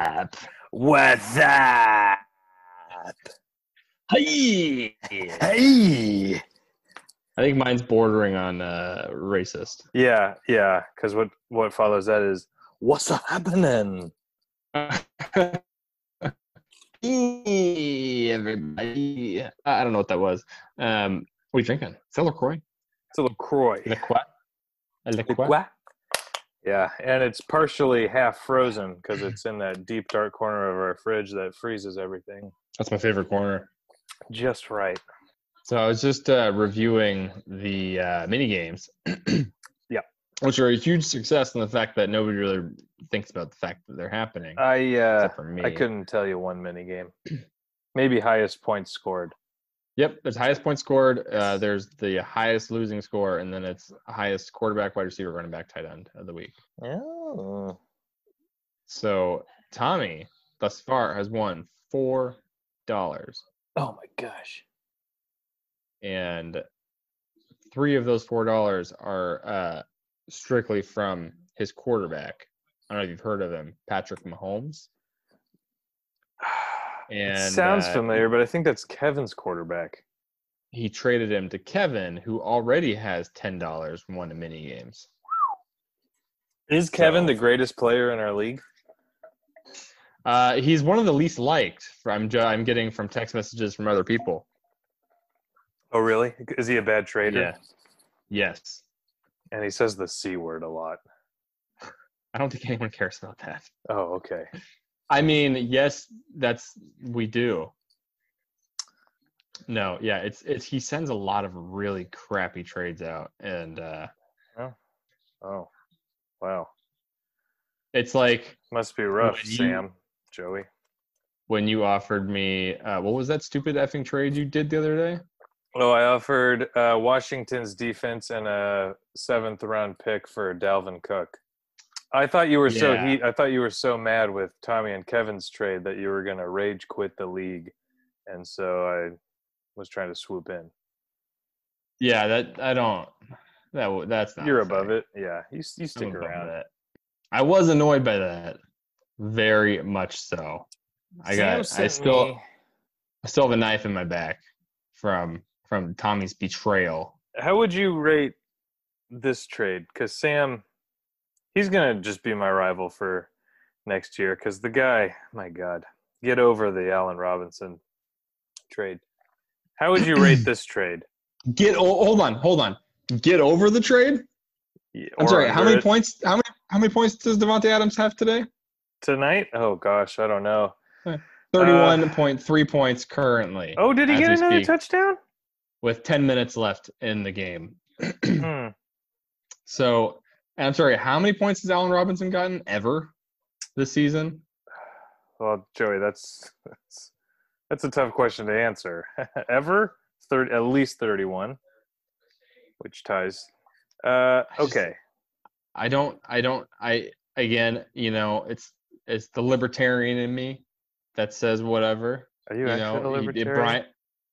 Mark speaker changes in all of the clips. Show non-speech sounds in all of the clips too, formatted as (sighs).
Speaker 1: up? What's up? Hey!
Speaker 2: Hey.
Speaker 3: I think mine's bordering on uh, racist.
Speaker 2: Yeah, yeah. Because what what follows that is what's happening.
Speaker 3: hey, everybody. I I don't know what that was. Um, what are you drinking? Is that LaCroix?
Speaker 2: It's a Lacroix. (laughs)
Speaker 3: LaCroix? A LaCroix?
Speaker 2: Yeah, and it's partially half frozen because it's in that deep dark corner of our fridge that freezes everything
Speaker 3: That's my favorite corner.
Speaker 2: just right.
Speaker 3: So I was just uh, reviewing the uh, mini games.
Speaker 2: Yep.
Speaker 3: Which are a huge success in the fact that nobody really thinks about the fact that they're happening.
Speaker 2: I uh,
Speaker 3: except for me.
Speaker 2: I couldn't tell you one mini game. Maybe highest points scored.
Speaker 3: Yep. There's highest point scored. Uh, there's the highest losing score, and then it's highest quarterback, wide receiver, running back, tight end of the week.
Speaker 2: Oh.
Speaker 3: So Tommy thus far has won four dollars,
Speaker 2: Oh my gosh. (sighs)
Speaker 3: and three of those four dollars are uh, strictly from his quarterback. I don't know if you've heard of him, Patrick Mahomes.
Speaker 2: It
Speaker 3: And
Speaker 2: sounds
Speaker 3: uh,
Speaker 2: familiar, but I think that's Kevin's quarterback.
Speaker 3: He traded him to Kevin, who already has ten dollars from one of mini games.
Speaker 2: Is Kevin the greatest player in our league?
Speaker 3: Uh, he's one of the least liked. From ju- I'm getting from text messages from other people.
Speaker 2: Oh, really? Is he a bad trader?
Speaker 3: Yeah. Yes.
Speaker 2: And he says the C word a lot.
Speaker 3: I don't think anyone cares about that.
Speaker 2: Oh, okay.
Speaker 3: I mean, yes, that's we do. No, yeah, it's it's he sends a lot of really crappy trades out, and uh,
Speaker 2: Oh, wow.
Speaker 3: it's like
Speaker 2: Must be rough,
Speaker 3: When you-
Speaker 2: Sam, Joey.
Speaker 3: when you offered me uh, what was that stupid effing trade you did the other day?
Speaker 2: Oh, I offered uh, Washington's defense and a seventh round pick for Dalvin Cook. I thought you were so
Speaker 3: Yeah.
Speaker 2: he, I thought you were so mad with Tommy and Kevin's trade that you were gonna rage quit the league, and so I was trying to swoop in.
Speaker 3: Yeah, that I don't. That w- that's not
Speaker 2: You're
Speaker 3: fair.
Speaker 2: above it, yeah. You s- you
Speaker 3: I'm
Speaker 2: stick
Speaker 3: above
Speaker 2: around.
Speaker 3: it. I was annoyed by that, very much so. I got. I still. I still have a knife in my back from from Tommy's betrayal.
Speaker 2: How would you rate this trade? Because Sam, he's gonna just be my rival for next year. Because the guy, my God, get over the Allen Robinson trade. How would
Speaker 3: (clears throat)
Speaker 2: you rate this trade?
Speaker 3: Get oh, hold on, hold on. Get over the trade.
Speaker 2: Y-
Speaker 3: I'm
Speaker 2: or
Speaker 3: sorry. How
Speaker 2: under Uh,
Speaker 3: many
Speaker 2: it?
Speaker 3: points? How many? How many points does Devonte Adams have today?
Speaker 2: tonight? Oh gosh, I don't know.
Speaker 3: Thirty-one point three points currently.
Speaker 2: Oh, did he
Speaker 3: As
Speaker 2: get
Speaker 3: we
Speaker 2: another
Speaker 3: speak. (clears throat)
Speaker 2: touchdown?
Speaker 3: with ten minutes left in the game.
Speaker 2: Hmm.
Speaker 3: so, and I'm sorry. How many points has Allen Robinson gotten ever this season?
Speaker 2: Well, Joey, that's that's, that's a tough question to answer. (laughs) Ever third, at least thirty-one, which ties. Uh,
Speaker 3: just-
Speaker 2: okay.
Speaker 3: I don't. I don't. I again. You know, it's it's the libertarian in me that says whatever.
Speaker 2: Are you,
Speaker 3: you
Speaker 2: actually
Speaker 3: know,
Speaker 2: a
Speaker 3: he did-
Speaker 2: libertarian?
Speaker 3: Brian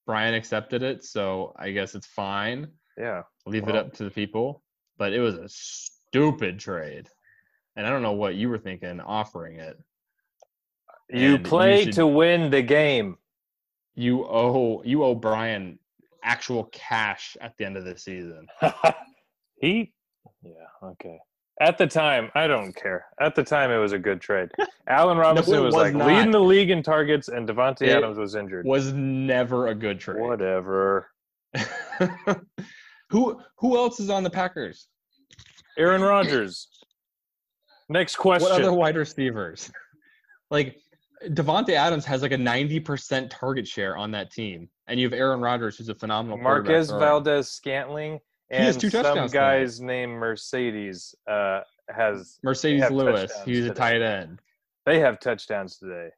Speaker 3: Brian accepted it, so I guess it's fine.
Speaker 2: yeah.
Speaker 3: Leave it
Speaker 2: Well.
Speaker 3: up to the people. But it was a stupid trade, and I don't know what you were thinking offering it.
Speaker 2: You
Speaker 3: and you
Speaker 2: play
Speaker 3: should-
Speaker 2: to win the game. (laughs)
Speaker 3: You owe you owe Brian actual cash at the end of the season.
Speaker 2: he, yeah, okay. At the time, I don't care. At the time, it was a good (laughs) trade. Allen Robinson
Speaker 3: it was
Speaker 2: was, like
Speaker 3: not.
Speaker 2: leading the league in targets, and Devontae
Speaker 3: It
Speaker 2: Adams was injured.
Speaker 3: Was never a good trade.
Speaker 2: Whatever.
Speaker 3: (laughs) who who else is on the Packers?
Speaker 2: Aaron Rodgers. Next question.
Speaker 3: What other wide receivers? (laughs) Like Devonte Adams has like a ninety percent target share on that team, and you have Aaron Rodgers, who's a phenomenal quarterback
Speaker 2: Marquez
Speaker 3: thrower.
Speaker 2: Valdez Scantling
Speaker 3: He has
Speaker 2: and
Speaker 3: two
Speaker 2: some
Speaker 3: touchdowns tonight.
Speaker 2: guy's name Mercedes uh, has.
Speaker 3: Mercedes
Speaker 2: have
Speaker 3: Lewis,
Speaker 2: touchdowns
Speaker 3: he's a
Speaker 2: today.
Speaker 3: tight end.
Speaker 2: They have touchdowns today.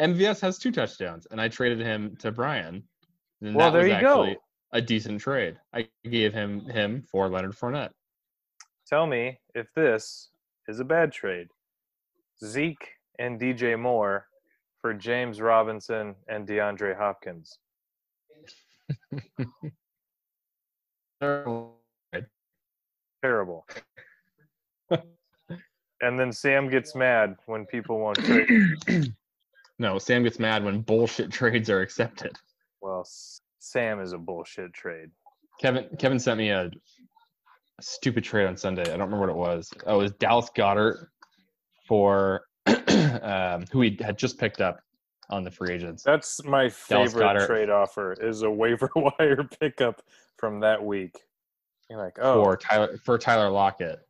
Speaker 3: MVS has two touchdowns, and I traded him to Brian. And
Speaker 2: well,
Speaker 3: that
Speaker 2: there
Speaker 3: was
Speaker 2: you
Speaker 3: actually
Speaker 2: go.
Speaker 3: A decent trade. I gave him him for Leonard Fournette.
Speaker 2: (clears throat) tell me if this is a bad trade. Zeke and DJ Moore for James Robinson and DeAndre Hopkins.
Speaker 3: Terrible.
Speaker 2: Terrible. And then Sam gets mad when people won't trade.
Speaker 3: no, Sam gets mad when bullshit (laughs) trades are accepted.
Speaker 2: Well, S- Sam is a bullshit trade.
Speaker 3: Kevin Kevin sent me a, a stupid trade on Sunday. I don't remember what it was. Oh, it was Dallas Goddard for (clears throat) um, who he had just picked up on the free agents.
Speaker 2: That's my
Speaker 3: Dallas
Speaker 2: favorite
Speaker 3: Goedert.
Speaker 2: trade offer is a waiver (laughs) wire pickup from that week. You're like, oh,
Speaker 3: for Tyler for Tyler Lockett,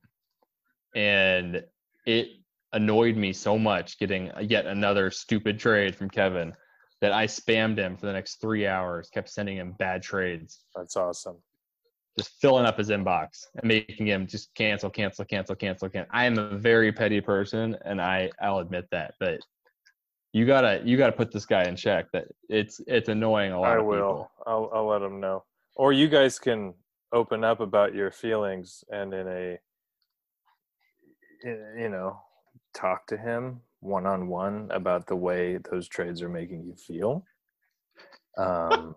Speaker 3: and it annoyed me so much getting yet another stupid trade from Kevin that I spammed him for the next three hours, kept sending him bad trades,
Speaker 2: that's awesome.
Speaker 3: just filling up his inbox and making him just cancel, cancel, cancel, cancel, cancel. I am a very petty person, and I I'll admit that, but. You gotta, you gotta put this guy in check. That it's, it's annoying a lot.
Speaker 2: I
Speaker 3: of
Speaker 2: will.
Speaker 3: people.
Speaker 2: I'll, I'll let them know. Or you guys can open up about your feelings and in a, y- you know, talk to him one on one about the way those trades are making you feel. Um,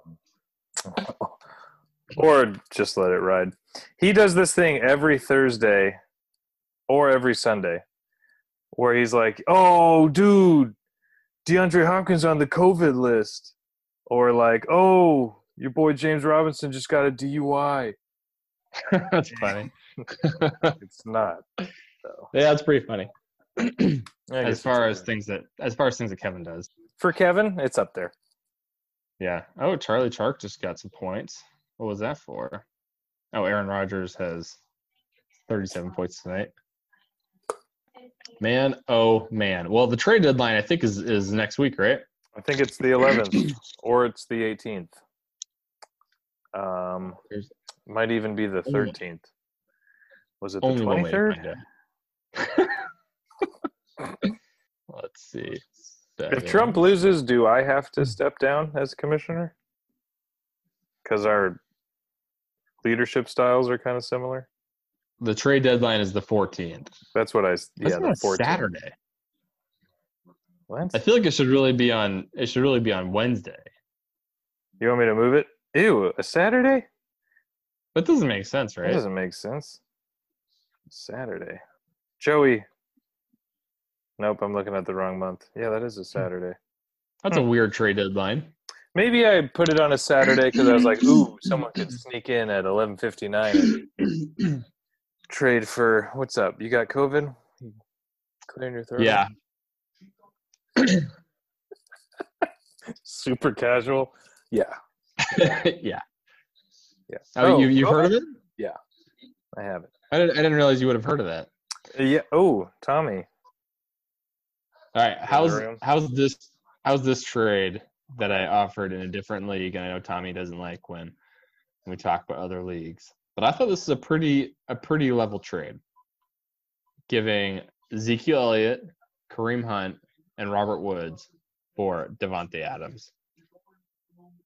Speaker 2: (laughs) or just let it ride. He does this thing every Thursday or every Sunday where he's like, oh, dude, DeAndre Hopkins on the COVID list or like, oh, your boy James Robinson just got a DUI.
Speaker 3: (laughs) (laughs) That's funny.
Speaker 2: It's not.
Speaker 3: Yeah, that's pretty funny.
Speaker 2: (clears throat) I guess
Speaker 3: as
Speaker 2: it's
Speaker 3: far
Speaker 2: okay.
Speaker 3: as things that, as far as things that Kevin does.
Speaker 2: for Kevin, it's up there.
Speaker 3: Yeah. Oh, Charlie Chark just got some points. What was that for? Oh, Aaron Rodgers has 37 points tonight. Man, oh man. Well, the trade deadline I think is is next week, right?
Speaker 2: I think it's the 11th
Speaker 3: (clears throat)
Speaker 2: or it's the 18th. Um,
Speaker 3: There's-
Speaker 2: might even be the 13th. Was it the
Speaker 3: Only one way to
Speaker 2: 23rd?
Speaker 3: find out. (laughs) Let's see.
Speaker 2: If
Speaker 3: Seven.
Speaker 2: Trump loses, do I have
Speaker 3: Hmm.
Speaker 2: to step down as commissioner? Because our leadership styles are kind of similar.
Speaker 3: the trade deadline is the 14th.
Speaker 2: That's what I. s-
Speaker 3: That's
Speaker 2: yeah,
Speaker 3: on a
Speaker 2: the 14th.
Speaker 3: Saturday.
Speaker 2: What?
Speaker 3: I feel like it should really be on. It should really be on Wednesday.
Speaker 2: You want me to move it? Ew, a Saturday?
Speaker 3: That doesn't make sense, right?
Speaker 2: That doesn't make sense. Saturday. Joey. Nope, I'm looking at the wrong month. Yeah, that
Speaker 3: Hmm.
Speaker 2: is a Saturday.
Speaker 3: That's a
Speaker 2: Hmm.
Speaker 3: weird trade
Speaker 2: (clears throat)
Speaker 3: deadline. (clears throat)
Speaker 2: Maybe I put it on a Saturday because I was like, ooh, someone could sneak in at 11.59 and trade for, what's up? You got COVID? Clearing your throat?
Speaker 3: Yeah.
Speaker 2: (laughs) Super casual. Yeah. (laughs)
Speaker 3: yeah.
Speaker 2: Yeah.
Speaker 3: Oh, you you heard of it?
Speaker 2: I have it.
Speaker 3: I didn't, I didn't realize you would have heard of that.
Speaker 2: Yeah. Oh, Tommy.
Speaker 3: All right, how's
Speaker 2: room.
Speaker 3: how's this how's this trade that I offered in a different league? And I know Tommy doesn't like when we talk about other leagues, but I thought this is a pretty a pretty level trade, giving Ezekiel Elliott, Kareem Hunt, and Robert Woods for Devontae Adams,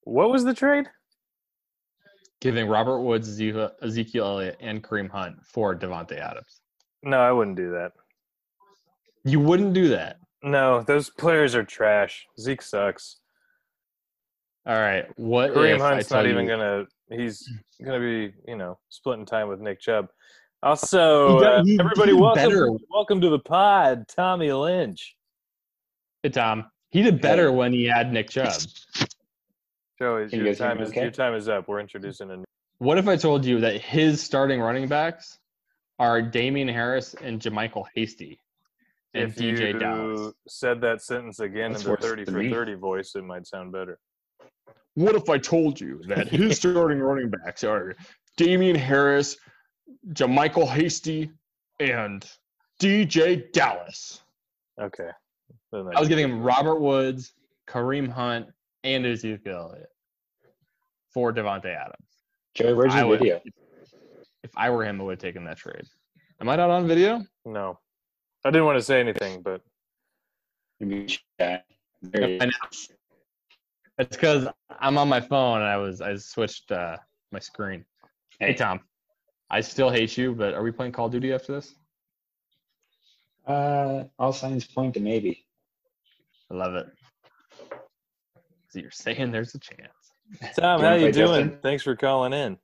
Speaker 2: What was the trade?
Speaker 3: giving Robert Woods, Ezekiel Ezekiel Elliott, and Kareem Hunt for Devontae Adams.
Speaker 2: No, I wouldn't do that.
Speaker 3: You wouldn't do that.
Speaker 2: No, those players are trash. Zeke sucks.
Speaker 3: All right, what
Speaker 2: Kareem
Speaker 3: if I
Speaker 2: Hunt's
Speaker 3: tell
Speaker 2: not even
Speaker 3: you- Mm.
Speaker 2: gonna. He's gonna be, you know, splitting time with Nick Chubb. Also,
Speaker 3: He got-
Speaker 2: uh,
Speaker 3: he-
Speaker 2: everybody,
Speaker 3: he did
Speaker 2: welcome,
Speaker 3: better.
Speaker 2: welcome to the pod, Tommy Lynch.
Speaker 3: Hey, Tom, he did better when he had (laughs) Nick Chubb.
Speaker 2: Joey,
Speaker 4: Can you
Speaker 2: your
Speaker 4: guys hear
Speaker 2: time
Speaker 4: me
Speaker 2: is
Speaker 4: okay?
Speaker 2: your time is up. We're introducing a. New,
Speaker 3: What if I told you that his starting running backs are Damian Harris and Jamichael Hasty and
Speaker 2: if
Speaker 3: DJ
Speaker 2: you
Speaker 3: Dallas?
Speaker 2: said that sentence again
Speaker 4: That's
Speaker 2: in the
Speaker 4: worse
Speaker 2: thirty
Speaker 4: than
Speaker 2: for
Speaker 4: me.
Speaker 2: thirty voice, it might sound better.
Speaker 3: What if I told you that his (laughs) starting running backs are Damian Harris, Jamichael Hasty, and DJ Dallas?
Speaker 2: Okay. Then
Speaker 3: I was giving him Robert Woods, Kareem Hunt, and Ezekiel Elliott for Devontae Adams.
Speaker 4: Joey, where's
Speaker 3: I
Speaker 4: your
Speaker 3: would-
Speaker 4: video?
Speaker 3: If I were him, I would have taken that trade. Am I not on video?
Speaker 2: no, I didn't want to say anything,
Speaker 3: (laughs)
Speaker 2: but
Speaker 4: Give me a chat. There
Speaker 3: I know. It's because I'm on my phone and I was I switched uh, my screen. Hey Tom, I still hate you, but are we playing Call of Duty after this?
Speaker 4: Uh, all signs point to maybe.
Speaker 3: I love it. So you're saying there's a chance.
Speaker 2: Tom,
Speaker 4: You
Speaker 2: how
Speaker 4: wanna
Speaker 2: you
Speaker 4: play
Speaker 2: doing?
Speaker 4: Justin?
Speaker 2: Thanks for calling in.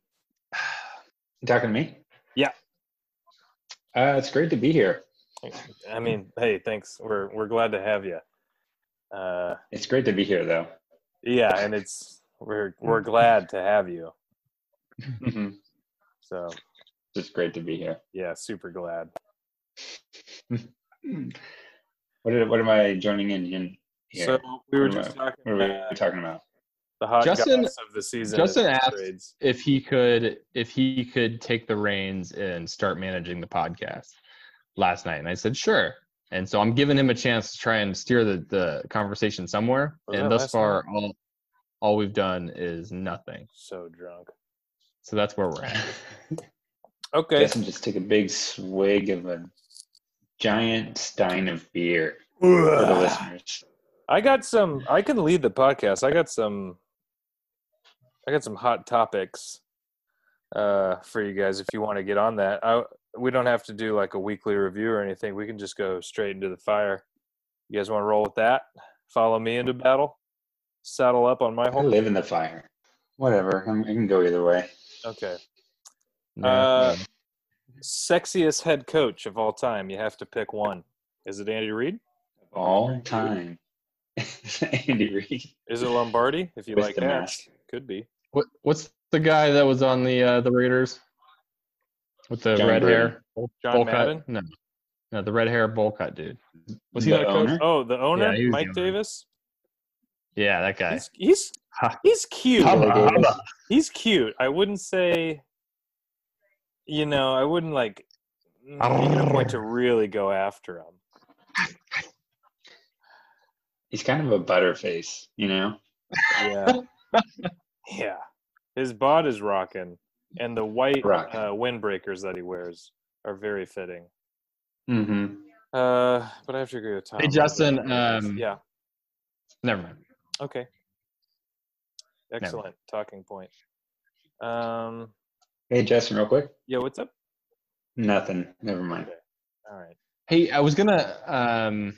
Speaker 4: You talking to me?
Speaker 2: Yeah.
Speaker 4: Uh, it's great to be here.
Speaker 2: I mean, hey, thanks. We're we're glad to have you. Uh,
Speaker 4: It's great to be here, though.
Speaker 2: yeah, and it's we're we're glad to have you.
Speaker 3: Mm-hmm.
Speaker 4: (laughs) Mhm.
Speaker 2: So
Speaker 4: Just great to be here.
Speaker 2: yeah, super glad.
Speaker 4: What did, what am I joining in in here?
Speaker 2: So uh, we were
Speaker 4: What am
Speaker 2: just
Speaker 4: I-
Speaker 2: talking
Speaker 4: what are
Speaker 2: about
Speaker 4: we
Speaker 2: (laughs)
Speaker 4: talking about?
Speaker 2: the hot
Speaker 3: Justin-
Speaker 2: goss of the season.
Speaker 3: Justin
Speaker 2: is the
Speaker 3: asked-
Speaker 2: trades.
Speaker 3: if he could if he could take the reins and start managing the podcast last night and i said sure and so i'm giving him a chance to try and steer the, the conversation somewhere
Speaker 2: Was that
Speaker 3: and thus
Speaker 2: last
Speaker 3: far all all we've done is nothing
Speaker 2: so drunk.
Speaker 3: so that's where we're at
Speaker 2: Okay,
Speaker 4: Guess I'm just take a big swig of a giant stein of beer
Speaker 2: (sighs)
Speaker 4: for the listeners.
Speaker 2: I got some. I can lead the podcast. I got some. I got some hot topics uh, for you guys if you want to get on that. I, we don't have to do like a weekly review or anything. We can just go straight into the fire. You guys want to roll with that? Follow me into battle. Saddle up on my
Speaker 4: I
Speaker 2: horse.
Speaker 4: live in the fire. Whatever. I'm, I can go either way.
Speaker 2: Okay.
Speaker 3: No,
Speaker 2: Uh,
Speaker 3: no.
Speaker 2: Sexiest head coach of all time. You have to pick one. Is it Andy Reid?
Speaker 4: All time. (laughs) Andy Reid
Speaker 2: Is it Lombardi? If you
Speaker 4: with
Speaker 2: like
Speaker 4: the
Speaker 2: that,
Speaker 4: mask.
Speaker 2: could be.
Speaker 3: what, what's the guy that was on the uh, the raiders with the
Speaker 4: John
Speaker 3: red
Speaker 4: Gruden.
Speaker 3: hair bowl,
Speaker 2: John
Speaker 3: bowl
Speaker 2: Madden?
Speaker 3: cut no no the red hair bowl cut dude was he
Speaker 4: The
Speaker 3: not a coach
Speaker 4: owner?
Speaker 2: Oh, the owner,
Speaker 3: he was the
Speaker 2: Mike
Speaker 3: owner.
Speaker 2: Davis.
Speaker 3: yeah that guy
Speaker 2: He's he's,
Speaker 3: Ha.
Speaker 2: he's cute.
Speaker 3: Hubba,
Speaker 4: Billy Davis.
Speaker 3: hubba.
Speaker 2: He's cute. I wouldn't say, you know, I wouldn't like make it a point to really go after him.
Speaker 4: He's kind of a butterface, you know?
Speaker 2: Yeah, yeah. His bod is rocking, and the white
Speaker 4: Rock.
Speaker 2: uh, windbreakers that he wears are very fitting.
Speaker 4: Mm-hmm.
Speaker 2: Uh, but I have to agree with Tom.
Speaker 3: Hey,
Speaker 2: on the
Speaker 3: Justin,
Speaker 2: windbreakers.
Speaker 3: um,
Speaker 2: yeah.
Speaker 3: never mind
Speaker 2: Okay. Excellent talking point. Um.
Speaker 4: Hey, Justin, real quick.
Speaker 2: Yeah. What's up?
Speaker 4: Nothing. Never mind.
Speaker 2: All right.
Speaker 3: Hey, I was gonna. Um,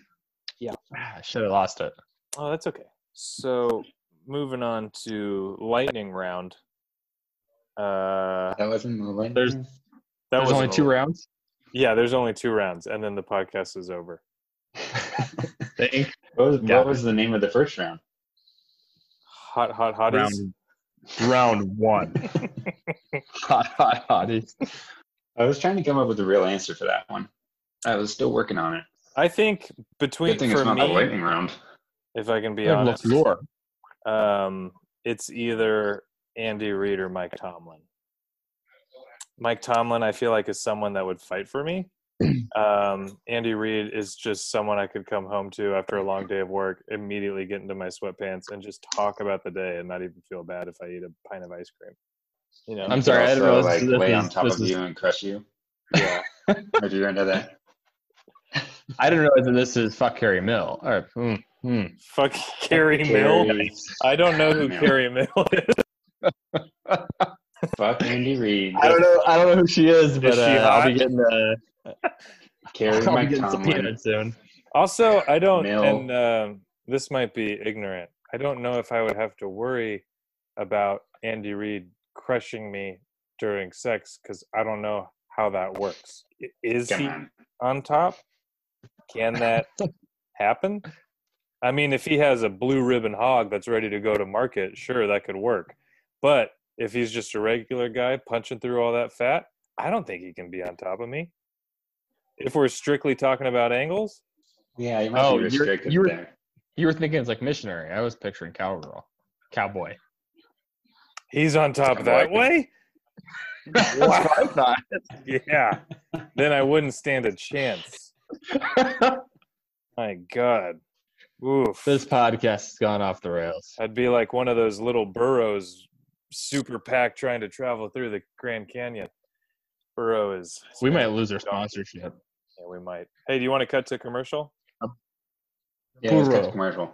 Speaker 2: Yeah.
Speaker 3: (sighs) I should have lost it.
Speaker 2: Oh, that's okay. So moving on to lightning round. Uh,
Speaker 4: That wasn't the line.
Speaker 3: There's-
Speaker 2: that
Speaker 3: There's
Speaker 2: was
Speaker 3: only two rounds.
Speaker 2: Yeah, there's only two rounds, and then the podcast is over.
Speaker 3: The ink
Speaker 4: (laughs) what, was,
Speaker 3: Yeah.
Speaker 4: what was the name of the first round?
Speaker 2: Hot, hot, hotties.
Speaker 3: round round one. (laughs) hot, hot, hotties.
Speaker 4: I was trying to come up with a real answer for that one. I was still working on it.
Speaker 2: I think between
Speaker 4: Good thing it's
Speaker 2: for
Speaker 4: not the
Speaker 2: me,
Speaker 4: lightning round.
Speaker 2: if I can be
Speaker 3: Yeah,
Speaker 2: honest,
Speaker 3: LaFleur.
Speaker 2: um, it's either Andy Reid or Mike Tomlin. Mike Tomlin, I feel like, is someone that would fight for (clears throat) me. Um, Andy Reid is just someone I could come home to after a long day of work, immediately get into my sweatpants and just talk about the day and not even feel bad if I eat a pint of ice cream. You know,
Speaker 3: I'm sorry, I didn't
Speaker 4: Also,
Speaker 3: realize
Speaker 4: like
Speaker 3: this
Speaker 4: lay
Speaker 3: is-
Speaker 4: on top
Speaker 3: this
Speaker 4: of
Speaker 3: is-
Speaker 4: you and crush you.
Speaker 3: (laughs)
Speaker 2: yeah,
Speaker 4: Or do you into that?
Speaker 3: I didn't realize that this is fuck Harry Mill. All right. hmm, hmm.
Speaker 2: fuck (laughs) Carrie Mill.
Speaker 4: Carrie-
Speaker 2: I don't know who
Speaker 4: Mill.
Speaker 2: Carrie Mill is.
Speaker 4: Fuck Andy Reid.
Speaker 3: I don't know. I don't know who she is, but
Speaker 2: she
Speaker 3: uh, I'll be
Speaker 2: hot?
Speaker 3: getting the.
Speaker 4: Carry
Speaker 3: (laughs) I'll be
Speaker 4: Mike
Speaker 3: getting
Speaker 4: Tomlin.
Speaker 3: subpoenaed soon.
Speaker 2: Also, I don't,
Speaker 4: Mill.
Speaker 2: and um, this might be ignorant. I don't know if I would have to worry about Andy Reid crushing me during sex because I don't know how that works. I- Is
Speaker 4: Come
Speaker 2: he
Speaker 4: on.
Speaker 2: on top? Can
Speaker 4: (laughs)
Speaker 2: that happen? I mean, if he has a blue ribbon hog that's ready to go to market, sure, that could work. But if he's just a regular guy punching through all that fat, I don't think he can be on top of me. If we're strictly talking about angles,
Speaker 4: Yeah, you might
Speaker 3: Oh,
Speaker 4: be
Speaker 3: you're-
Speaker 4: restricted
Speaker 3: you're-
Speaker 4: there.
Speaker 3: You were thinking it's like missionary. I was picturing cowgirl, cowboy.
Speaker 2: He's on top
Speaker 4: Kinda
Speaker 2: that
Speaker 4: like it.
Speaker 2: way?
Speaker 3: (laughs) That's what I
Speaker 2: Yeah.
Speaker 3: (laughs)
Speaker 2: then I wouldn't stand a chance.
Speaker 3: thought.
Speaker 2: My God. Oof.
Speaker 3: (laughs) this podcast has gone off the rails.
Speaker 2: I'd be like one of those little burros, super pack trying to travel through the Grand Canyon. Burrow is.
Speaker 3: We might lose our sponsorship.
Speaker 2: Yeah, we might. Hey, do you want to cut to commercial?
Speaker 4: Yeah, let's cut
Speaker 3: Burrow.
Speaker 4: to commercial.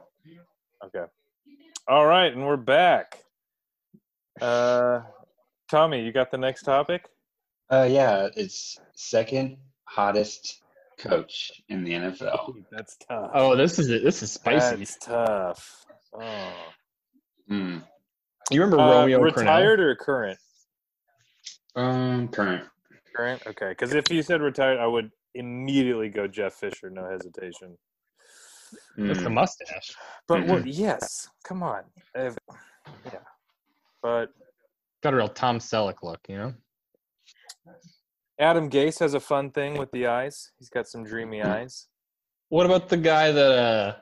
Speaker 2: Okay. All right, and we're back. Uh, Tommy, you got the next topic?
Speaker 4: Uh, yeah, it's second hottest coach in the NFL.
Speaker 2: Ooh, That's tough.
Speaker 3: Oh, this is this is spicy.
Speaker 2: That's tough. Oh.
Speaker 4: Hmm.
Speaker 3: you remember
Speaker 2: Uh,
Speaker 3: Romeo
Speaker 2: retired or current?
Speaker 4: Um, current.
Speaker 2: Current. Okay, because if you said retired, I would immediately go Jeff Fisher, no hesitation.
Speaker 3: It's the
Speaker 4: Mm.
Speaker 3: mustache. (clears throat)
Speaker 2: But what, yes, come on. If- yeah. But
Speaker 3: Got a real Tom Selleck look, you know?
Speaker 2: Adam Gase has a fun thing with the eyes. He's got some dreamy
Speaker 3: Mm-hmm.
Speaker 2: eyes.
Speaker 3: What about the guy that uh,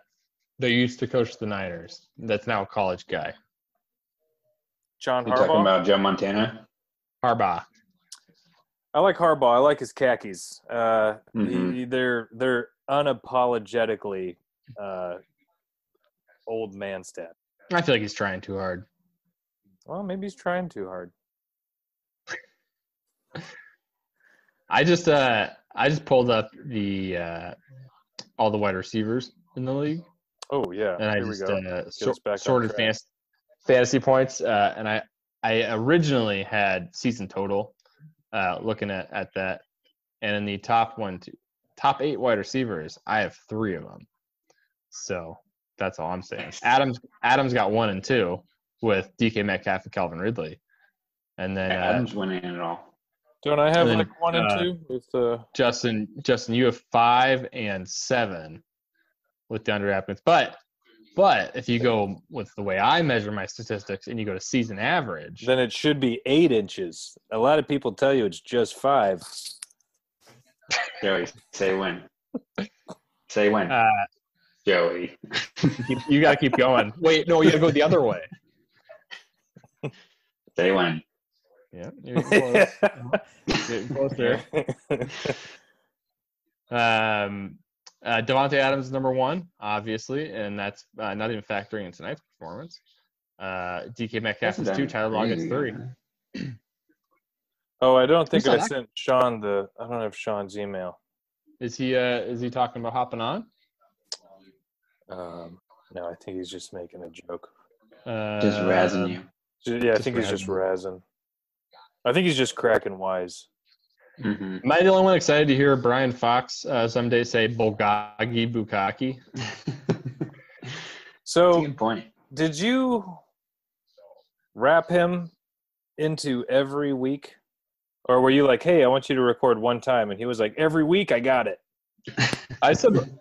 Speaker 3: they used to coach the Niners? That's now a college guy,
Speaker 2: John
Speaker 4: You talking
Speaker 2: Harbaugh.
Speaker 4: about Joe Montana?
Speaker 3: Harbaugh.
Speaker 2: I like Harbaugh. I like his khakis. Uh,
Speaker 3: Mm-hmm.
Speaker 2: he-
Speaker 4: Mhm.
Speaker 2: he- they're they're unapologetically uh, old man stat.
Speaker 3: I feel like he's trying too hard.
Speaker 2: Well, maybe he's trying too hard.
Speaker 3: I just uh, I just pulled up the uh, all the wide receivers in the league,
Speaker 2: Oh yeah,
Speaker 3: and I
Speaker 2: here
Speaker 3: just
Speaker 2: we go.
Speaker 3: uh,
Speaker 2: us back
Speaker 3: sor-
Speaker 2: on
Speaker 3: sorted
Speaker 2: track.
Speaker 3: fantasy, fantasy points, uh, and I I originally had season total, uh, looking at at that, and in the top one, two, top eight wide receivers, I have three of them, so that's all I'm saying. Adams Adams got one and two with DK Metcalf and Calvin Ridley, and then uh,
Speaker 4: Adam's winning it all.
Speaker 2: Don't I have
Speaker 3: and then,
Speaker 2: like one and
Speaker 3: uh,
Speaker 2: two with uh,
Speaker 3: Justin, Justin, you have five and seven with DeAndre Hopkins. But but if you go with the way I measure my statistics and you go to season average,
Speaker 2: Then it should be eight inches. A lot of people tell you it's just
Speaker 3: (laughs)
Speaker 2: five.
Speaker 4: Joey, say when. Say when,
Speaker 3: uh,
Speaker 4: Joey.
Speaker 3: you, you got to keep going. Wait, no, you got to go the other way.
Speaker 4: Say when.
Speaker 3: Yeah, (laughs) you're
Speaker 2: Oh,
Speaker 3: close. Getting closer. Um, uh, Devontae Adams is number one, obviously, and that's uh, not even factoring in tonight's performance. Uh, DK Metcalf is two, Tyler Lockett's three.
Speaker 2: oh, I don't think
Speaker 3: Who's
Speaker 2: I
Speaker 3: that?
Speaker 2: sent Sean the. I don't have Sean's email.
Speaker 3: Is he uh, is he talking about hopping on?
Speaker 2: Um, no, I think he's just making a joke.
Speaker 3: Uh,
Speaker 4: Just razzing you.
Speaker 2: Ju- Yeah, I
Speaker 3: Just
Speaker 2: think he's just
Speaker 3: razzing.
Speaker 2: razzing. I think he's just cracking wise.
Speaker 4: hmm
Speaker 3: Am I the only one excited to hear Brian Fox uh, someday say Bulgagi Bukaki?
Speaker 2: So,
Speaker 4: Good point.
Speaker 2: did you wrap him into every week, or were you like, "Hey, I want you to record one time," and he was like, "Every week, I got it."
Speaker 3: I said, (laughs)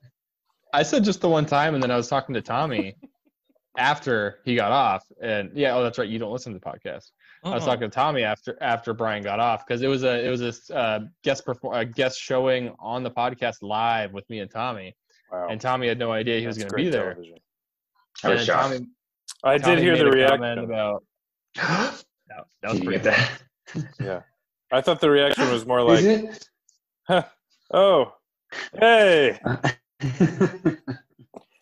Speaker 3: I said just the one time, and then I was talking to
Speaker 4: (laughs)
Speaker 3: Tommy after he got off, and yeah, oh, that's right, you don't listen to the podcast. I
Speaker 4: Uh-uh.
Speaker 3: was talking to Tommy after after Brian got off because it was a it was a uh, guest perform a guest showing on the podcast live with me and Tommy,
Speaker 4: Oh.
Speaker 2: Wow.
Speaker 3: and Tommy had no idea he was going
Speaker 2: That's
Speaker 3: to
Speaker 2: great
Speaker 3: be there.
Speaker 2: television.
Speaker 4: I
Speaker 3: And then
Speaker 4: was shocked.
Speaker 3: Tommy-
Speaker 2: I did
Speaker 3: Tommy
Speaker 2: hear the
Speaker 3: made a
Speaker 2: reaction.
Speaker 3: comment
Speaker 4: (gasps)
Speaker 3: about (gasps) that, that was
Speaker 4: Did you
Speaker 3: pretty
Speaker 4: get that?
Speaker 2: I thought the reaction was more
Speaker 4: Is
Speaker 2: like,
Speaker 4: it?
Speaker 2: "Oh, hey,
Speaker 4: That's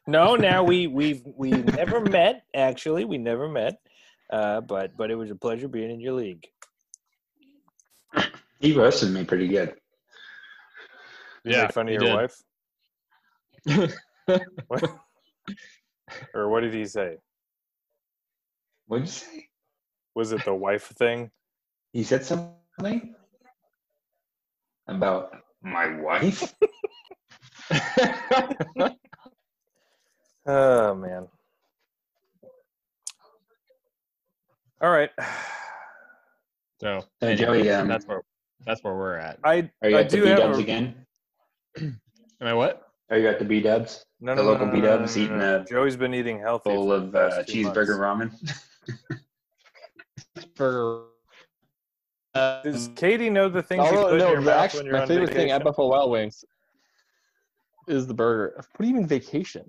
Speaker 2: no." Now we we've we never met. Actually, we never met. Uh, but but it was a pleasure being in your league.
Speaker 4: (laughs) He roasted me pretty good.
Speaker 2: Did you
Speaker 3: Yeah,
Speaker 2: make fun
Speaker 3: he
Speaker 2: of your
Speaker 3: did.
Speaker 2: wife.
Speaker 4: (laughs)
Speaker 2: What- or what did he say?
Speaker 4: What did you say?
Speaker 2: Was it the wife thing?
Speaker 4: He said something about my wife.
Speaker 2: Oh man. All right.
Speaker 3: so,
Speaker 4: So Joey, um,
Speaker 3: that's where that's where we're at.
Speaker 2: I
Speaker 4: are you
Speaker 2: I
Speaker 4: at the
Speaker 2: do
Speaker 4: B
Speaker 2: have
Speaker 4: Dubs
Speaker 2: a,
Speaker 4: again?
Speaker 3: Am I what?
Speaker 4: Are you at the B Dubs?
Speaker 2: no,
Speaker 4: the
Speaker 2: no, no,
Speaker 4: local
Speaker 2: no,
Speaker 4: B
Speaker 2: no, no,
Speaker 4: Dubs
Speaker 2: no,
Speaker 4: eating
Speaker 2: no.
Speaker 4: a
Speaker 2: Joey's been eating healthy
Speaker 4: Full
Speaker 2: for the
Speaker 4: of uh,
Speaker 2: past two months.
Speaker 4: cheeseburger ramen.
Speaker 3: for
Speaker 2: Does Katie know the uh, things
Speaker 3: I
Speaker 2: you
Speaker 3: don't
Speaker 2: put in
Speaker 3: know,
Speaker 2: your
Speaker 3: but
Speaker 2: mouth
Speaker 3: actually
Speaker 2: when you're
Speaker 3: my
Speaker 2: on
Speaker 3: favorite
Speaker 2: vacation?
Speaker 3: thing at Buffalo Wild Wings is the burger. What do you mean vacation?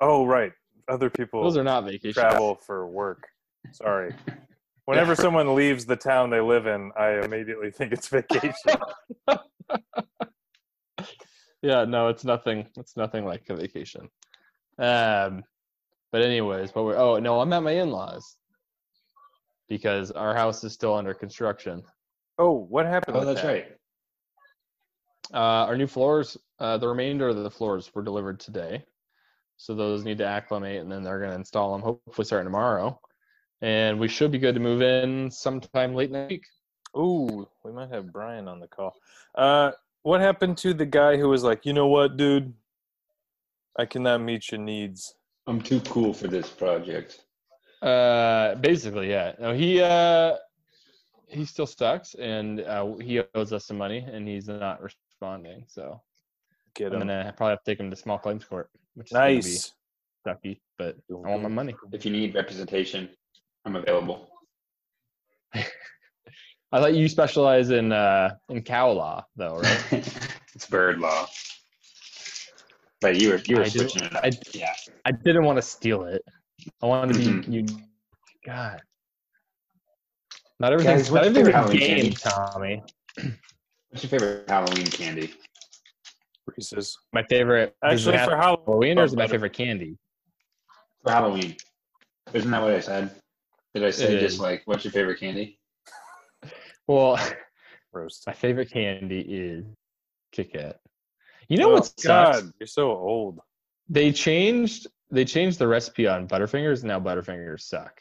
Speaker 2: oh, right. Other people
Speaker 3: Those are not vacations.
Speaker 2: travel for work.
Speaker 3: (laughs)
Speaker 2: Sorry. Whenever someone leaves the town they live in, I immediately think it's
Speaker 3: (laughs)
Speaker 2: vacation.
Speaker 3: Yeah, no, it's nothing. It's nothing like a vacation. Um, but anyways, but we're oh no, I'm at my in-laws because our house is still under construction.
Speaker 2: oh, what happened?
Speaker 4: oh,
Speaker 2: with
Speaker 4: that's
Speaker 2: that?
Speaker 4: right.
Speaker 3: Uh, our new floors, uh, the remainder of the floors were delivered today. So those need to acclimate and then they're going to install them, hopefully starting tomorrow. And we should be good to move in sometime late next week.
Speaker 2: Ooh, we might have Brian on the call. Uh, what happened to the guy who was like, you know what, dude? I cannot meet your needs.
Speaker 4: I'm too cool for this project.
Speaker 3: Uh, basically, yeah. No, he, uh, he still sucks and uh, he owes us some money and he's not responding. So
Speaker 2: Get
Speaker 3: I'm
Speaker 2: him.
Speaker 3: gonna probably have to take him to small claims court, which is gonna be
Speaker 2: Nice.
Speaker 3: sucky. But I want my money.
Speaker 4: If you need representation, I'm available.
Speaker 3: I thought you specialize in uh in cow law though, right?
Speaker 4: it's bird law. But you were you were
Speaker 3: I do-
Speaker 4: switching it up.
Speaker 3: I-
Speaker 4: yeah.
Speaker 3: I didn't want to steal it. I wanted to be you. God, not everything.
Speaker 4: Guys,
Speaker 3: not
Speaker 4: what's
Speaker 3: everything's a
Speaker 4: your
Speaker 3: game,
Speaker 4: Halloween
Speaker 3: Tommy.
Speaker 4: What's your favorite Halloween candy?
Speaker 2: Reese's.
Speaker 3: My favorite. does it
Speaker 2: Actually,
Speaker 3: have
Speaker 2: for how
Speaker 3: Halloween or is it my
Speaker 2: better.
Speaker 3: favorite candy?
Speaker 4: For Halloween. Isn't that what I said? Did I say
Speaker 3: It
Speaker 4: just
Speaker 3: is.
Speaker 4: like what's your favorite candy?
Speaker 3: Well, (laughs)
Speaker 2: roast.
Speaker 3: my favorite candy is Kit Kat. You know
Speaker 2: Oh,
Speaker 3: what sucks?
Speaker 2: God, you're so old.
Speaker 3: They changed. They changed the recipe on Butterfingers. Now Butterfingers suck.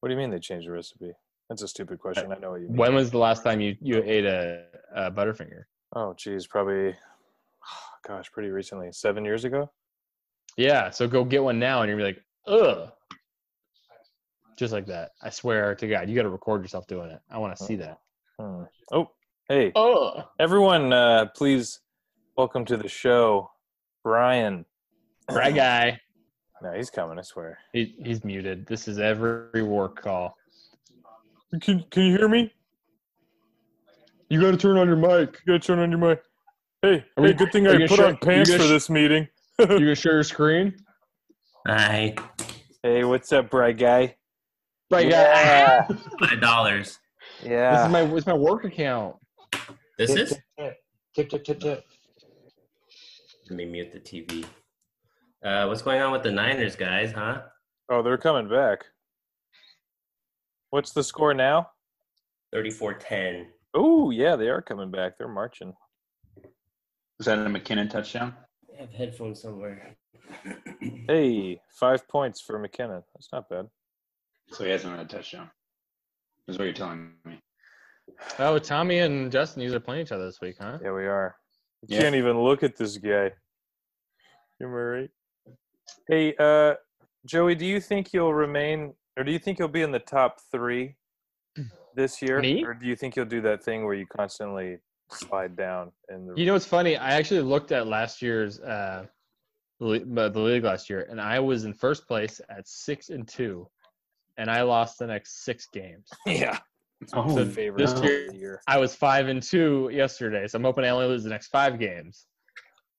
Speaker 2: What do you mean they changed the recipe? That's a stupid question. I know what you mean.
Speaker 3: When was the last time you you ate a, a Butterfinger?
Speaker 2: Oh, geez, probably, (sighs) gosh, pretty recently, seven years ago.
Speaker 3: Yeah, so go get one now, and you're gonna be like, ugh, just like that. I swear to God, you got to record yourself doing it. I want to see that.
Speaker 2: Hmm. Oh, hey,
Speaker 3: Ugh.
Speaker 2: everyone, uh, please welcome to the show, Brian.
Speaker 3: Right, guy.
Speaker 2: No, he's coming. I swear.
Speaker 3: He, he's muted. This is every work call.
Speaker 2: Can Can you hear me?
Speaker 3: You got to turn on your mic.
Speaker 2: You gotta turn on your mic. Hey,
Speaker 3: Are we-
Speaker 2: good thing
Speaker 3: are you gonna show- are you gonna sh-
Speaker 2: this meeting.
Speaker 3: You gonna share your screen?
Speaker 5: I
Speaker 2: Hey, what's up, bright guy?
Speaker 3: Right, guy.
Speaker 2: yeah,
Speaker 5: five dollars.
Speaker 3: This is
Speaker 2: yeah.
Speaker 3: my it's my work account.
Speaker 5: This is.
Speaker 4: Tip tip tip tip.
Speaker 5: Let me mute the TV. Uh, what's going on with the Niners, guys? Huh?
Speaker 2: Oh, they're coming back. What's the score now?
Speaker 5: 34-10.
Speaker 2: Oh, yeah, they are coming back. They're marching.
Speaker 4: Was that a McKinnon touchdown?
Speaker 5: I have headphones somewhere.
Speaker 2: Hey, five points for McKinnon. That's not bad.
Speaker 4: So he hasn't had a touchdown. Is what you're telling me.
Speaker 3: Oh, Tommy and Justin, you are playing each other this week, huh?
Speaker 2: Yeah, we are. You
Speaker 4: Yeah.
Speaker 2: can't even look at this guy. Am I right? Hey, uh, Joey, do you think you'll remain, or do you think you'll be in the top
Speaker 3: (clears throat)
Speaker 2: three this year,
Speaker 3: Me?
Speaker 2: or do you think you'll do that thing where you constantly slide down in the?
Speaker 3: You know, it's funny. I actually looked at last year's uh, le- uh, the league last year, and I was in first place at six and two, and I lost the next six games. (laughs)
Speaker 2: yeah,
Speaker 4: Oh,
Speaker 2: the favorite
Speaker 3: this
Speaker 2: of
Speaker 3: year-
Speaker 2: the year.
Speaker 3: I was five and two yesterday, so I'm hoping I only lose the next five games.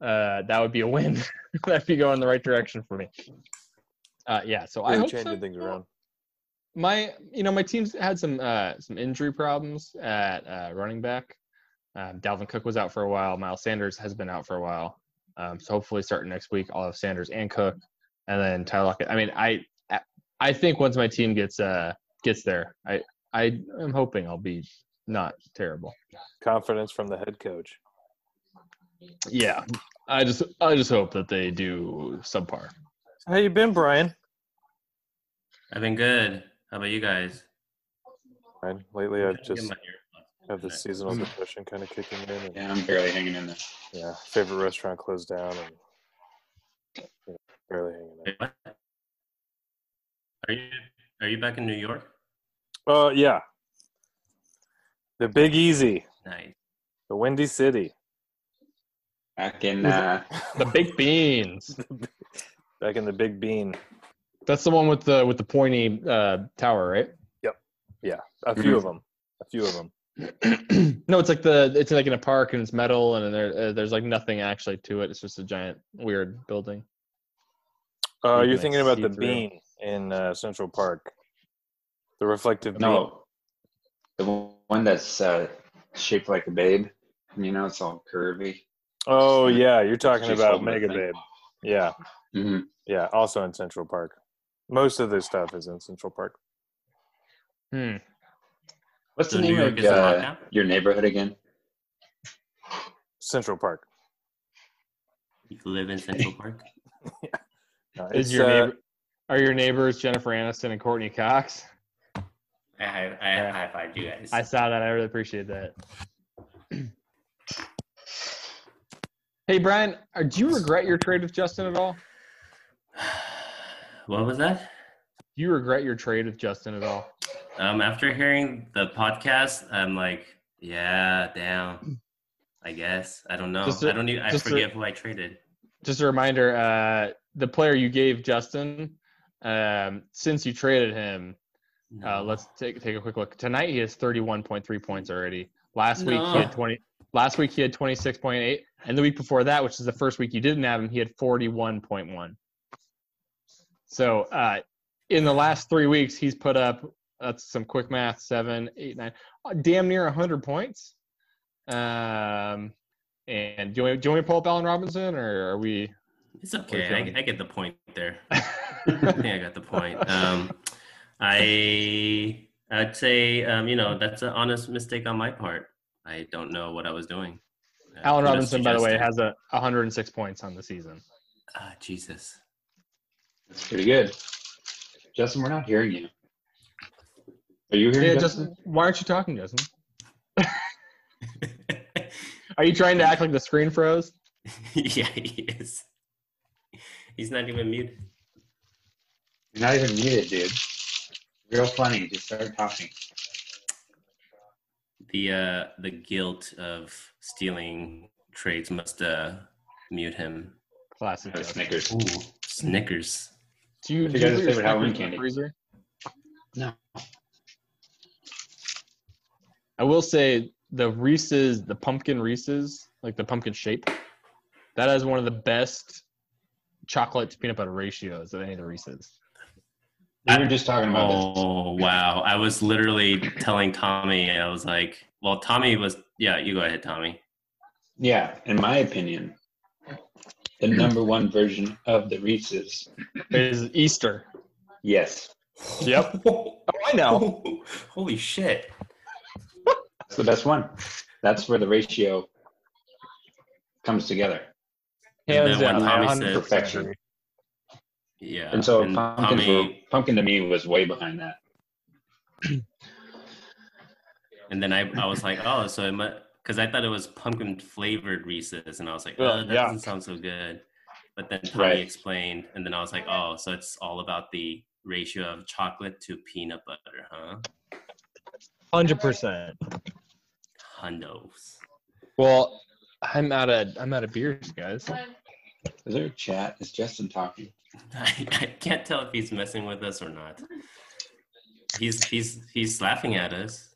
Speaker 3: Uh, that would be a win. (laughs) That'd be going the right direction for me. Uh, yeah, so I
Speaker 2: Really
Speaker 3: hope
Speaker 2: changing
Speaker 3: so.
Speaker 2: things around.
Speaker 3: My, you know, my team's had some uh, some injury problems at uh, running back. Um, Dalvin Cook was out for a while. Miles Sanders has been out for a while. Um, so hopefully, starting next week, I'll have Sanders and Cook, and then Tyler Lockett. I mean, I I- I think once my team gets uh gets there, I I am hoping I'll be not terrible.
Speaker 2: Confidence from the head coach.
Speaker 3: Yeah, I just I just hope that they do subpar.
Speaker 2: How you been, Brian?
Speaker 5: I've been good. How about you guys?
Speaker 2: Brian, lately I've
Speaker 5: Get
Speaker 2: just
Speaker 5: my earplugs.
Speaker 2: have this seasonal depression kind of kicking in. And,
Speaker 4: Yeah, I'm barely hanging in there.
Speaker 2: Yeah, favorite restaurant closed down and you know, barely hanging out.
Speaker 5: Wait, what? Are you Are you back in New York?
Speaker 2: Oh yeah, the Big Easy,
Speaker 5: Nice.
Speaker 2: the Windy City,
Speaker 4: Back in uh,
Speaker 3: The
Speaker 2: (laughs)
Speaker 3: baked beans.
Speaker 2: back in the Big Bean.
Speaker 3: That's the one with the with the pointy uh, tower, right? (clears throat)
Speaker 2: A
Speaker 4: Mm.
Speaker 2: few of them, a few of them.
Speaker 3: no, it's like the it's like in a park and it's metal and there uh, there's like nothing actually to it. It's just a giant weird building.
Speaker 2: Uh,
Speaker 3: You
Speaker 2: you're
Speaker 3: can,
Speaker 2: thinking
Speaker 3: like,
Speaker 2: about the
Speaker 3: see through.
Speaker 2: bean in uh, Central Park, the reflective bean.
Speaker 4: no, the one that's uh, shaped like a babe. and You know, it's all curvy.
Speaker 2: Oh yeah, you're
Speaker 4: She's
Speaker 2: talking about
Speaker 4: holding the
Speaker 2: Mega
Speaker 4: thing.
Speaker 2: Babe. Yeah,
Speaker 4: hmm
Speaker 2: yeah. Also in Central Park. Most of this stuff is in Central Park.
Speaker 3: Hmm.
Speaker 4: What's
Speaker 5: So
Speaker 4: the
Speaker 5: New
Speaker 4: name
Speaker 5: York
Speaker 4: of
Speaker 5: is in
Speaker 4: uh,
Speaker 5: lockdown?
Speaker 4: your neighborhood again?
Speaker 2: Central Park.
Speaker 5: You live in Central Park.
Speaker 2: No,
Speaker 3: Is
Speaker 2: it's,
Speaker 3: your
Speaker 2: uh,
Speaker 3: neighbor, are your neighbors Jennifer Aniston and Courtney Cox?
Speaker 5: (laughs) I I, I high five you guys.
Speaker 3: I saw that. I really appreciate that. (clears throat) hey Brian, are, do you regret your trade with Justin at all?
Speaker 5: (sighs) what was that?
Speaker 3: Do you regret your trade with Justin at all?
Speaker 5: Um, after hearing the podcast, I'm like, yeah, damn. I guess. I don't know.
Speaker 3: Just
Speaker 5: I
Speaker 3: a-
Speaker 5: I don't need. I
Speaker 3: just a-
Speaker 5: forget who I traded.
Speaker 3: just a reminder uh the player you gave justin um since you traded him uh
Speaker 5: No.
Speaker 3: let's take take a quick look tonight he has 31.3 points already last week
Speaker 5: No.
Speaker 3: he had 20 last week he had 26.8 and the week before that which is the first week you didn't have him he had 41.1 so uh in the last three weeks he's put up that's some quick math seven eight nine uh, damn near 100 points um and do you, want, do you want me to pull up Allen Robinson, or are we
Speaker 5: It's okay. I, I get the point
Speaker 3: (laughs)
Speaker 5: there. I
Speaker 3: yeah.
Speaker 5: think I got the point. Um, I I'd say um, you know that's an honest mistake on my part. I don't know what I was doing. Uh,
Speaker 3: Allen
Speaker 5: kudos to
Speaker 3: Robinson, by the way,
Speaker 5: Justin.
Speaker 3: has a 106 points on the season.
Speaker 5: Ah, Jesus. (laughs)
Speaker 4: That's pretty good. Justin, we're not hearing you. Are you hearing
Speaker 3: Yeah,
Speaker 4: Justin?
Speaker 3: Justin, why aren't you talking, Justin? Are you trying to act like the screen froze?
Speaker 5: yeah, he is. He's not even muted.
Speaker 4: You're not even muted, dude. Real funny. Just start talking.
Speaker 5: The uh, the guilt of stealing trades must uh, mute him.
Speaker 3: Classic.
Speaker 4: Oh,
Speaker 3: Justin.
Speaker 4: Snickers.
Speaker 5: Ooh, Snickers.
Speaker 3: Do you,
Speaker 4: What
Speaker 3: do
Speaker 4: you
Speaker 3: you
Speaker 4: guys
Speaker 3: put your
Speaker 4: favorite Halloween
Speaker 3: Snickers in the
Speaker 4: candy?
Speaker 3: freezer?
Speaker 4: No.
Speaker 3: I will say the Reese's, the pumpkin Reese's, like the pumpkin shape, that has one of the best chocolate to peanut butter ratios of any of the Reese's.
Speaker 4: We were just talking about this.
Speaker 5: Oh wow! I was literally telling Tommy, I was like, "Well, Tommy was yeah." You go ahead, Tommy.
Speaker 4: Yeah, in my opinion, the number one version of the Reese's.
Speaker 3: It is Easter.
Speaker 4: Yes,
Speaker 3: Yep. Oh, I know.
Speaker 5: Holy shit!
Speaker 4: that's the best one. That's where the ratio comes together.
Speaker 3: Hands
Speaker 5: And then
Speaker 3: down.
Speaker 5: when
Speaker 3: I
Speaker 5: Tommy
Speaker 3: 100%
Speaker 5: said-
Speaker 4: Perfection.
Speaker 3: agree.
Speaker 5: Yeah.
Speaker 4: And so
Speaker 5: and
Speaker 4: pumpkin,
Speaker 5: Tommy,
Speaker 4: for- pumpkin to me was way behind that.
Speaker 5: and then I, I
Speaker 3: (laughs)
Speaker 5: was like, "Oh, so it might," because I thought it was pumpkin flavored Reese's, and I was like, "Oh,
Speaker 3: Well,
Speaker 5: that
Speaker 3: yeah.
Speaker 5: doesn't sound so good." But then Tommy
Speaker 4: Right.
Speaker 5: explained, and then I was like, "Oh, so it's all about the ratio of chocolate to peanut butter, huh?"
Speaker 3: 100%.
Speaker 5: Hundos.
Speaker 3: Well, I'm out of I'm out of beers, guys.
Speaker 4: Is there a chat? Is Justin talking?
Speaker 5: (laughs) I, I can't tell if he's messing with us or not. He's he's he's laughing at us.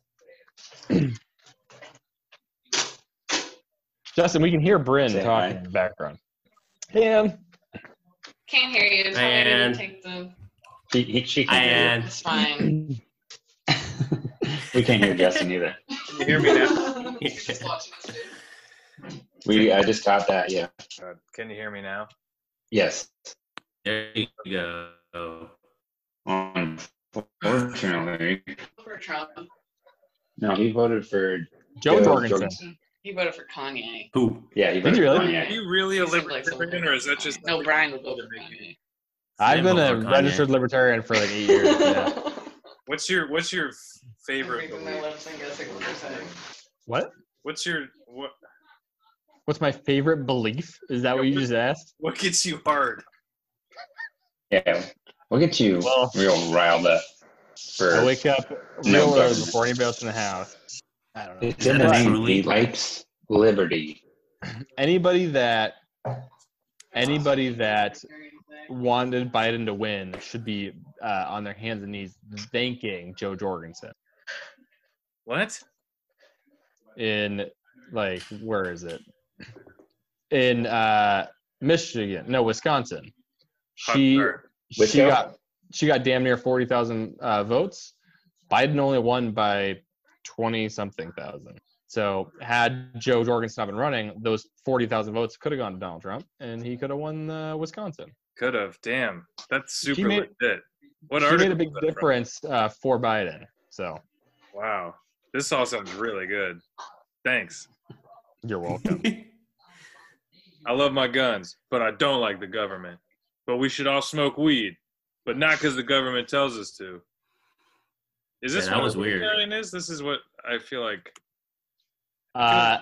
Speaker 3: Justin, we can hear Bryn
Speaker 4: Say hi.
Speaker 3: talking in the background. Dan,
Speaker 6: Can't hear you. So maybe you
Speaker 5: And-
Speaker 6: take the.
Speaker 4: He, he, she can't
Speaker 5: And
Speaker 6: It's fine.
Speaker 3: can
Speaker 4: hear you. (laughs) we can't hear Justin either.
Speaker 2: you hear me
Speaker 6: now? just watching us do it.
Speaker 4: We I just caught that. Yeah.
Speaker 2: God, can you hear me now?
Speaker 4: Yes.
Speaker 5: there you go.
Speaker 4: Unfortunately,
Speaker 6: for Trump.
Speaker 4: no. He voted for
Speaker 3: Joe Jorgensen.
Speaker 6: He voted for Kanye.
Speaker 5: Who?
Speaker 4: Yeah, he
Speaker 3: Did
Speaker 4: voted
Speaker 3: you
Speaker 4: for
Speaker 3: really?
Speaker 4: Kanye.
Speaker 2: Are you really a
Speaker 6: He seemed like
Speaker 2: libertarian,
Speaker 6: someone-
Speaker 2: or is that just
Speaker 6: No, Brian would vote for Kanye.
Speaker 3: I've been a
Speaker 5: Same with Kanye.
Speaker 3: registered libertarian for like eight years. yeah.
Speaker 2: What's your What's your f- favorite?
Speaker 6: Reading my
Speaker 2: belief?
Speaker 6: lips and guessing what they're saying.
Speaker 3: (laughs) What?
Speaker 2: What's your what?
Speaker 3: What's my favorite belief? Is that what you just asked?
Speaker 2: What gets you hard?
Speaker 4: Yeah, we'll get you
Speaker 3: Well-
Speaker 4: real riled up for
Speaker 3: I wake up
Speaker 4: No
Speaker 3: real early
Speaker 4: government.
Speaker 3: before anybody else in the house. I don't know.
Speaker 4: it's in the
Speaker 5: That's
Speaker 4: name.
Speaker 5: truly-
Speaker 4: He likes liberty.
Speaker 3: Anybody that anybody that wanted Biden to win should be uh, on their hands and knees thanking Joe Jorgensen.
Speaker 2: What?
Speaker 3: in like where is it in uh michigan no wisconsin she
Speaker 5: (laughs)
Speaker 2: Or-
Speaker 3: she
Speaker 4: Wisco?
Speaker 3: got she got damn near 40,000 uh, votes biden only won by 20 something thousand so had joe jorgensen not been running those 40,000 votes could have gone to donald trump and he could have won uh, wisconsin
Speaker 2: Could have. Damn. That's super
Speaker 3: made-
Speaker 2: legit. What
Speaker 3: she
Speaker 2: article
Speaker 3: made a big
Speaker 2: was that from?
Speaker 3: difference uh, for biden so
Speaker 2: Wow. This all sounds really good. Thanks.
Speaker 3: you're
Speaker 2: (laughs)
Speaker 3: welcome
Speaker 2: I love my guns, but I don't like the government. But we should all smoke weed, but not because the government tells us to. Is this
Speaker 5: Yeah, that
Speaker 2: what
Speaker 5: was weird.
Speaker 2: libertarian Is this is what I feel like?
Speaker 3: uh,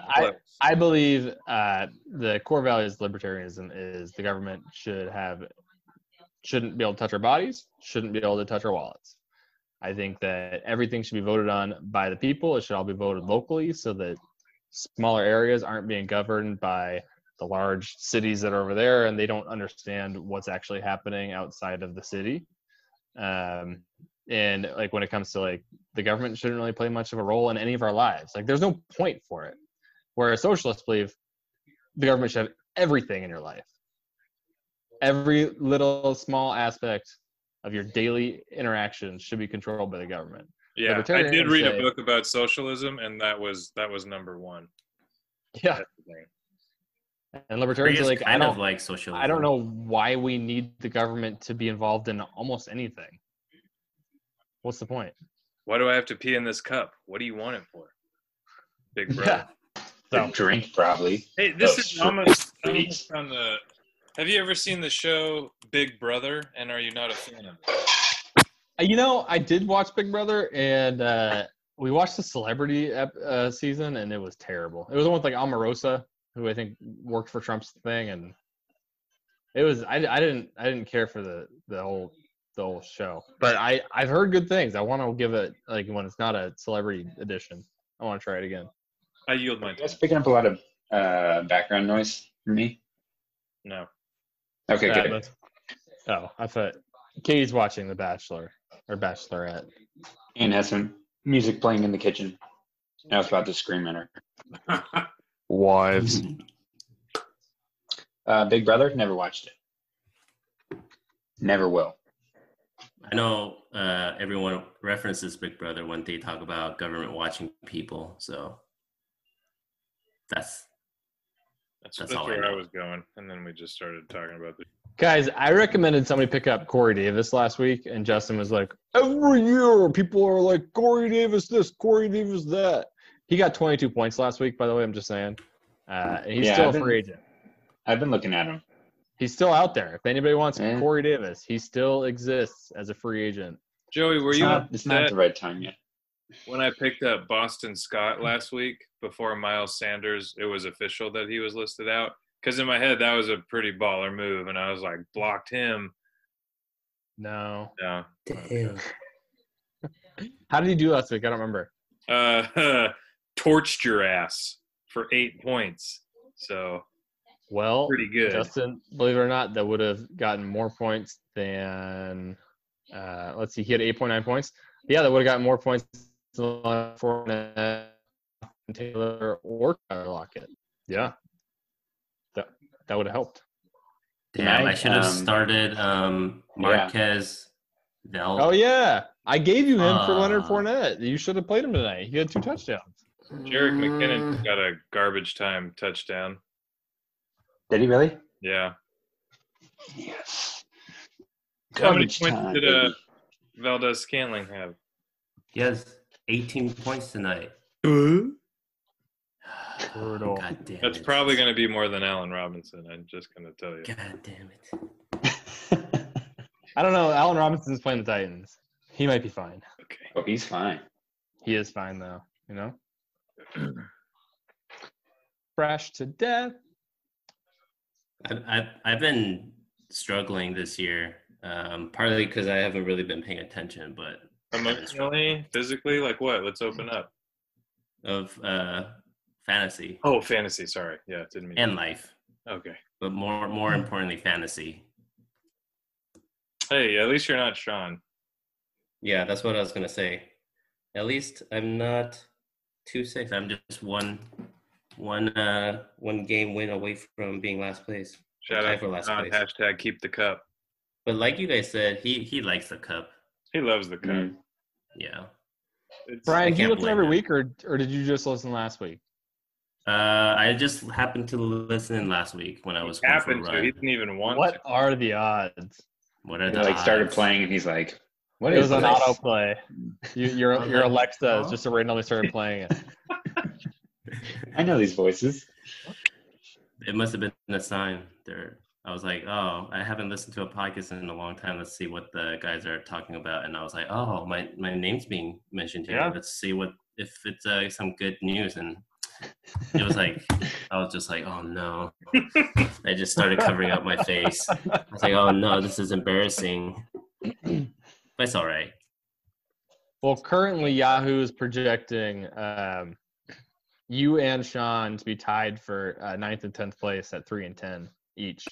Speaker 3: I, I believe uh, the core values of libertarianism is the government should have shouldn't be able to touch our bodies, shouldn't be able to touch our wallets. I think that everything should be voted on by the people. It should all be voted locally so that smaller areas aren't being governed by the large cities that are over there, and they don't understand what's actually happening outside of the city. Um, and like when it comes to like the government shouldn't really play much of a role in any of our lives. Like there's no point for it. Whereas socialists believe the government should have everything in your life. Every little small aspect of your daily interactions should be controlled by the government.
Speaker 2: Yeah, I did
Speaker 3: Libertarians
Speaker 2: read a
Speaker 3: say-
Speaker 2: book about socialism, and that was that was number one.
Speaker 3: Yeah.
Speaker 2: That's the thing.
Speaker 3: And libertarians are
Speaker 5: It's
Speaker 3: like, I
Speaker 5: kind
Speaker 3: don't,
Speaker 5: of like socialism.
Speaker 3: I don't know why we need the government to be involved in almost anything. What's the point?
Speaker 2: Why do I have to pee in this cup? What do you want it for, Big Brother?
Speaker 3: So-
Speaker 4: drink probably.
Speaker 2: Hey, this
Speaker 4: Oh,
Speaker 2: is
Speaker 4: sure.
Speaker 2: almost, almost on the. Have you ever seen the show Big Brother? And are you not a fan of it?
Speaker 3: Uh, You know, I did watch Big Brother, and uh, we watched the celebrity ep- uh, season, and it was terrible. It was the one with like Omarosa, who I think worked for Trump's thing, and it was I, I didn't I didn't care for the the whole the whole show. But I I've heard good things. I want to give it like when it's not a celebrity edition. I want to try it again.
Speaker 2: I yield my time.
Speaker 4: That's picking up a lot of uh, background noise for me.
Speaker 2: No.
Speaker 4: Okay,
Speaker 3: Uh,
Speaker 4: good.
Speaker 3: that's- oh, I thought Katie's watching The Bachelor or Bachelorette.
Speaker 4: And has some music playing in the kitchen. I was about to scream at her.
Speaker 3: Wives.
Speaker 4: Uh, Big Brother, never watched it. Never will.
Speaker 5: I know uh, everyone references Big Brother when they talk about government watching people. So that's
Speaker 2: That's,
Speaker 5: That's
Speaker 2: that's
Speaker 5: all I
Speaker 2: where I,
Speaker 5: know.
Speaker 2: was going. And then we just started talking about the.
Speaker 3: Guys, I recommended somebody pick up Corey Davis last week, and Justin was like, every year people are like, Corey Davis this, Corey Davis that. He got 22 points last week, by the way, I'm just saying. Uh, and he's
Speaker 4: Yeah,
Speaker 3: still
Speaker 4: I've
Speaker 3: a
Speaker 4: been-
Speaker 3: free agent.
Speaker 4: I've been looking at him.
Speaker 3: He's still out there. If anybody wants
Speaker 4: Yeah.
Speaker 3: Corey Davis, he still exists as a free agent.
Speaker 2: Joey, were
Speaker 4: It's
Speaker 2: you
Speaker 4: not, it's not
Speaker 2: upset
Speaker 4: the right time yet.
Speaker 2: when I picked up Boston Scott last week before Miles Sanders? It was official that he was listed out. Because in my head, that was a pretty baller move. And I was like, blocked him.
Speaker 3: No.
Speaker 2: No.
Speaker 5: damn.
Speaker 3: How did he do last week? I don't remember.
Speaker 2: Uh, (laughs) torched your ass for eight points. So
Speaker 3: Well,
Speaker 2: pretty good.
Speaker 3: Justin, believe it or not, that would have gotten more points than. Uh, let's see, he had 8.9 points. Yeah, that would have gotten more points than Fournette, Taylor, or Tyler Lockett. Yeah, that that would have helped.
Speaker 5: Damn, I
Speaker 4: Tonight,
Speaker 5: should have
Speaker 4: um,
Speaker 5: started um, Marquez Vel.
Speaker 3: Oh yeah, I gave you him for Leonard
Speaker 5: Ah.
Speaker 3: Fournette. You should have played him tonight. He had two touchdowns. (laughs)
Speaker 2: Jarek McKinnon got a garbage time touchdown.
Speaker 4: Did he really?
Speaker 2: Yeah.
Speaker 4: Yes.
Speaker 2: How many
Speaker 4: Garbage
Speaker 2: points
Speaker 4: time,
Speaker 2: did uh,
Speaker 4: baby.
Speaker 2: Valdez Scanling have?
Speaker 5: He has 18
Speaker 3: (sighs)
Speaker 5: points tonight.
Speaker 3: Brutal.
Speaker 5: God damn
Speaker 2: That's
Speaker 5: it.
Speaker 2: probably going to be more than Allen Robinson. I'm just going to tell you.
Speaker 5: God damn it.
Speaker 3: I don't know. Allen Robinson's playing the Titans. He might be fine.
Speaker 4: oh, he's fine.
Speaker 3: He is fine though. You know, (clears throat) fresh to death.
Speaker 5: I've, I've, I've been struggling this year, um, partly because I haven't really been paying attention, but
Speaker 2: Emotionally, physically, like what? Let's open up.
Speaker 5: of uh, fantasy
Speaker 2: Oh, fantasy. Sorry. Yeah, didn't mean.
Speaker 5: and life,
Speaker 2: okay.
Speaker 5: but more
Speaker 2: Hmm.
Speaker 5: more importantly, fantasy.
Speaker 2: Hey, at least you're not Sean.
Speaker 5: Yeah, that's what I was gonna say. At least I'm not two six. I'm just one one uh, one game win away from being last place.
Speaker 2: Shout
Speaker 5: Tie
Speaker 2: out
Speaker 5: for
Speaker 2: to
Speaker 5: last
Speaker 2: Sean.
Speaker 5: place.
Speaker 2: Hashtag keep the cup.
Speaker 5: But like you guys said, he he likes the cup.
Speaker 2: He loves the cup.
Speaker 4: Mm.
Speaker 5: Yeah.
Speaker 2: It's-
Speaker 5: I
Speaker 3: Brian, do you
Speaker 5: can't
Speaker 3: listen
Speaker 5: blame
Speaker 3: every
Speaker 5: him.
Speaker 3: week, or or did you just listen last week?
Speaker 5: Uh, I just happened to listen last week when I was going for a
Speaker 2: happened to.
Speaker 5: run.
Speaker 2: He didn't even want.
Speaker 3: What
Speaker 2: to.
Speaker 3: are the odds?
Speaker 5: What are
Speaker 4: He
Speaker 5: the
Speaker 4: like started
Speaker 5: odds?
Speaker 4: playing and he's like,
Speaker 3: it was
Speaker 4: is
Speaker 3: on
Speaker 4: this?
Speaker 3: autoplay. You, your
Speaker 5: On
Speaker 3: your
Speaker 5: that-
Speaker 3: Alexa is
Speaker 5: huh?
Speaker 3: just randomly started playing it. (laughs)
Speaker 4: I know these voices.
Speaker 5: It must have been a sign there. I was like, oh, I haven't listened to a podcast in a long time. Let's see what the guys are talking about. And I was like, oh, my, my name's being mentioned here.
Speaker 2: Yeah.
Speaker 5: Let's see what if it's uh, some good news. And it was like, I was just like, oh no. I just started covering up my face. I was like, oh no, this is embarrassing. But it's all right.
Speaker 3: Well, currently Yahoo is projecting um, you and Sean to be tied for uh, ninth and tenth place at three and ten each,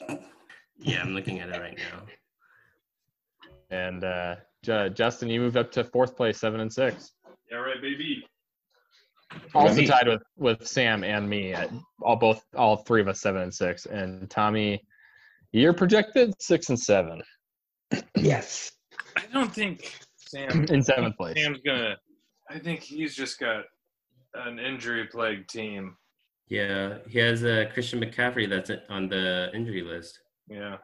Speaker 5: Yeah, I'm looking at it right now.
Speaker 3: and uh, Ju- Justin, you moved up to fourth place, seven and six,
Speaker 2: Yeah, right, baby.
Speaker 3: also
Speaker 4: Right.
Speaker 3: tied with with Sam and me at all both all three of us seven and six, and Tommy, you're projected six and seven
Speaker 4: Yes.
Speaker 2: I don't think
Speaker 3: (laughs)
Speaker 2: Sam
Speaker 3: (clears throat) in seventh place.
Speaker 2: Sam's gonna. I think he's just got an injury plagued team.
Speaker 5: Yeah, he has uh, Christian McCaffrey that's on the injury list,
Speaker 2: Yeah.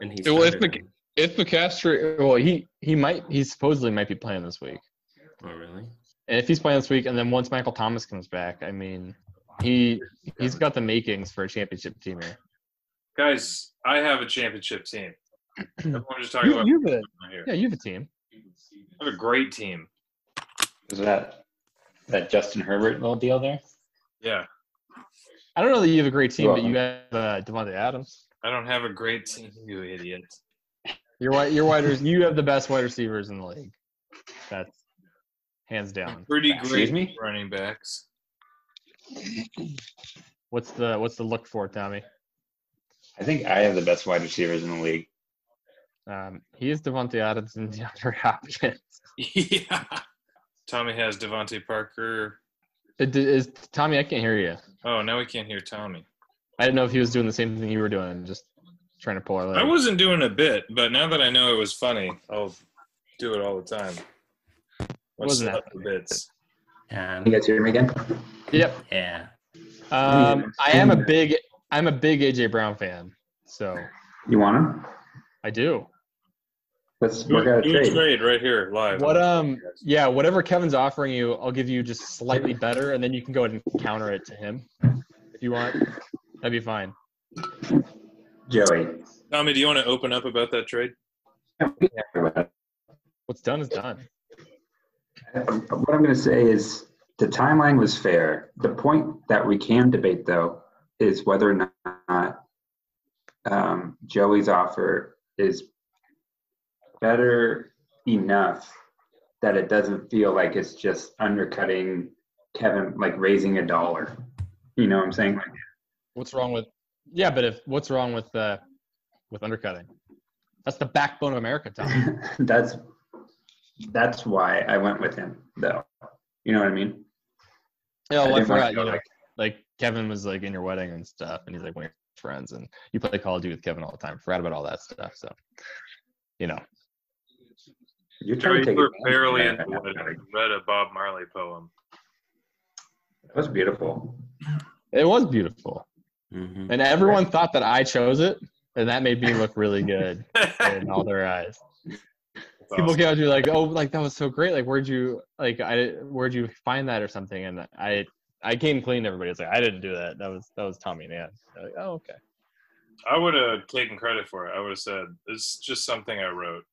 Speaker 5: and he's.
Speaker 3: Well, if Mc- If McCaffrey, well, he he might he supposedly might be playing this week.
Speaker 5: Oh, really?
Speaker 3: And if he's playing this week, and then once Michael Thomas comes back, I mean, he he's got the makings for a championship team here.
Speaker 2: Guys, I have a championship team. Everyone just talking
Speaker 3: You,
Speaker 2: about
Speaker 3: you have a,
Speaker 2: right here.
Speaker 3: yeah, you have a team.
Speaker 2: I have a great team.
Speaker 4: Is that that Justin Herbert little deal there?
Speaker 2: Yeah.
Speaker 3: I don't know that you have a great team, but you have uh, Devontae Adams.
Speaker 2: I don't have a great team, you idiot.
Speaker 3: Your wide your wide res- you have the best wide receivers in the league. That's hands down.
Speaker 2: Pretty
Speaker 4: Excuse
Speaker 2: great
Speaker 4: me?
Speaker 2: running backs. (laughs)
Speaker 3: What's the what's the look for Tommy?
Speaker 4: I think I have the best wide receivers in the league.
Speaker 3: Um, he is Devontae Adams and (laughs) DeAndre Hopkins.
Speaker 2: yeah. Tommy has Devontae Parker.
Speaker 3: It is Tommy? I can't hear you.
Speaker 2: Oh, now we can't hear Tommy.
Speaker 3: I didn't know if he was doing the same thing you were doing, just trying to pull our leg.
Speaker 2: I wasn't doing a bit, but now that I know it was funny, I'll do it all the time. What's
Speaker 3: Wasn't
Speaker 2: up
Speaker 3: that
Speaker 2: with bits?
Speaker 5: Um,
Speaker 4: You guys hear me again?
Speaker 3: Yep.
Speaker 5: yeah.
Speaker 3: Um, I am a big I'm a big AJ Brown fan, so
Speaker 4: You want him?
Speaker 3: I do.
Speaker 4: Let's
Speaker 2: Do
Speaker 4: work
Speaker 2: a
Speaker 4: out a
Speaker 2: do a
Speaker 4: trade.
Speaker 2: trade right here, live.
Speaker 3: What um yeah, whatever Kevin's offering you, I'll give you just slightly better, and then you can go ahead and counter it to him if you want. That'd be fine.
Speaker 4: Joey.
Speaker 2: Tommy, do you want to open up about that trade?
Speaker 3: What's done is done.
Speaker 4: What I'm going to say is the timeline was fair. The point that we can debate, though, is whether or not um, Joey's offer is better enough that it doesn't feel like it's just undercutting Kevin, like raising a dollar. You know what I'm saying? Like,
Speaker 3: What's wrong with yeah, but if what's wrong with uh with undercutting? That's the backbone of America, Tom.
Speaker 4: (laughs) that's that's why I went with him, though. You know what I mean?
Speaker 3: Yeah, well, I
Speaker 4: I didn't wanna
Speaker 3: forgot. You
Speaker 4: go
Speaker 3: know,
Speaker 4: there.
Speaker 3: like Kevin was like in your wedding and stuff, and he's like one of your friends, and you play Call of Duty with Kevin all the time. Forgot about all that stuff. So, you know,
Speaker 4: You're trying to
Speaker 2: Joey,
Speaker 4: take
Speaker 2: we're
Speaker 4: advantage of
Speaker 2: barely in
Speaker 4: that.
Speaker 2: the wedding. I read a Bob Marley (laughs) poem.
Speaker 4: That was beautiful.
Speaker 3: it was beautiful,
Speaker 5: hmm
Speaker 3: and everyone thought that I chose it, and that made me look really (laughs) good in all their eyes. People came up to me like, "Oh, like that was so great! Like, where'd you like I where'd you find that or something?" And I I came clean. to Everybody It's like, "I didn't do that. That was that was Tommy and Ann." They're Like, oh, okay.
Speaker 2: I would have taken credit for it. I would have said, it's just something I wrote.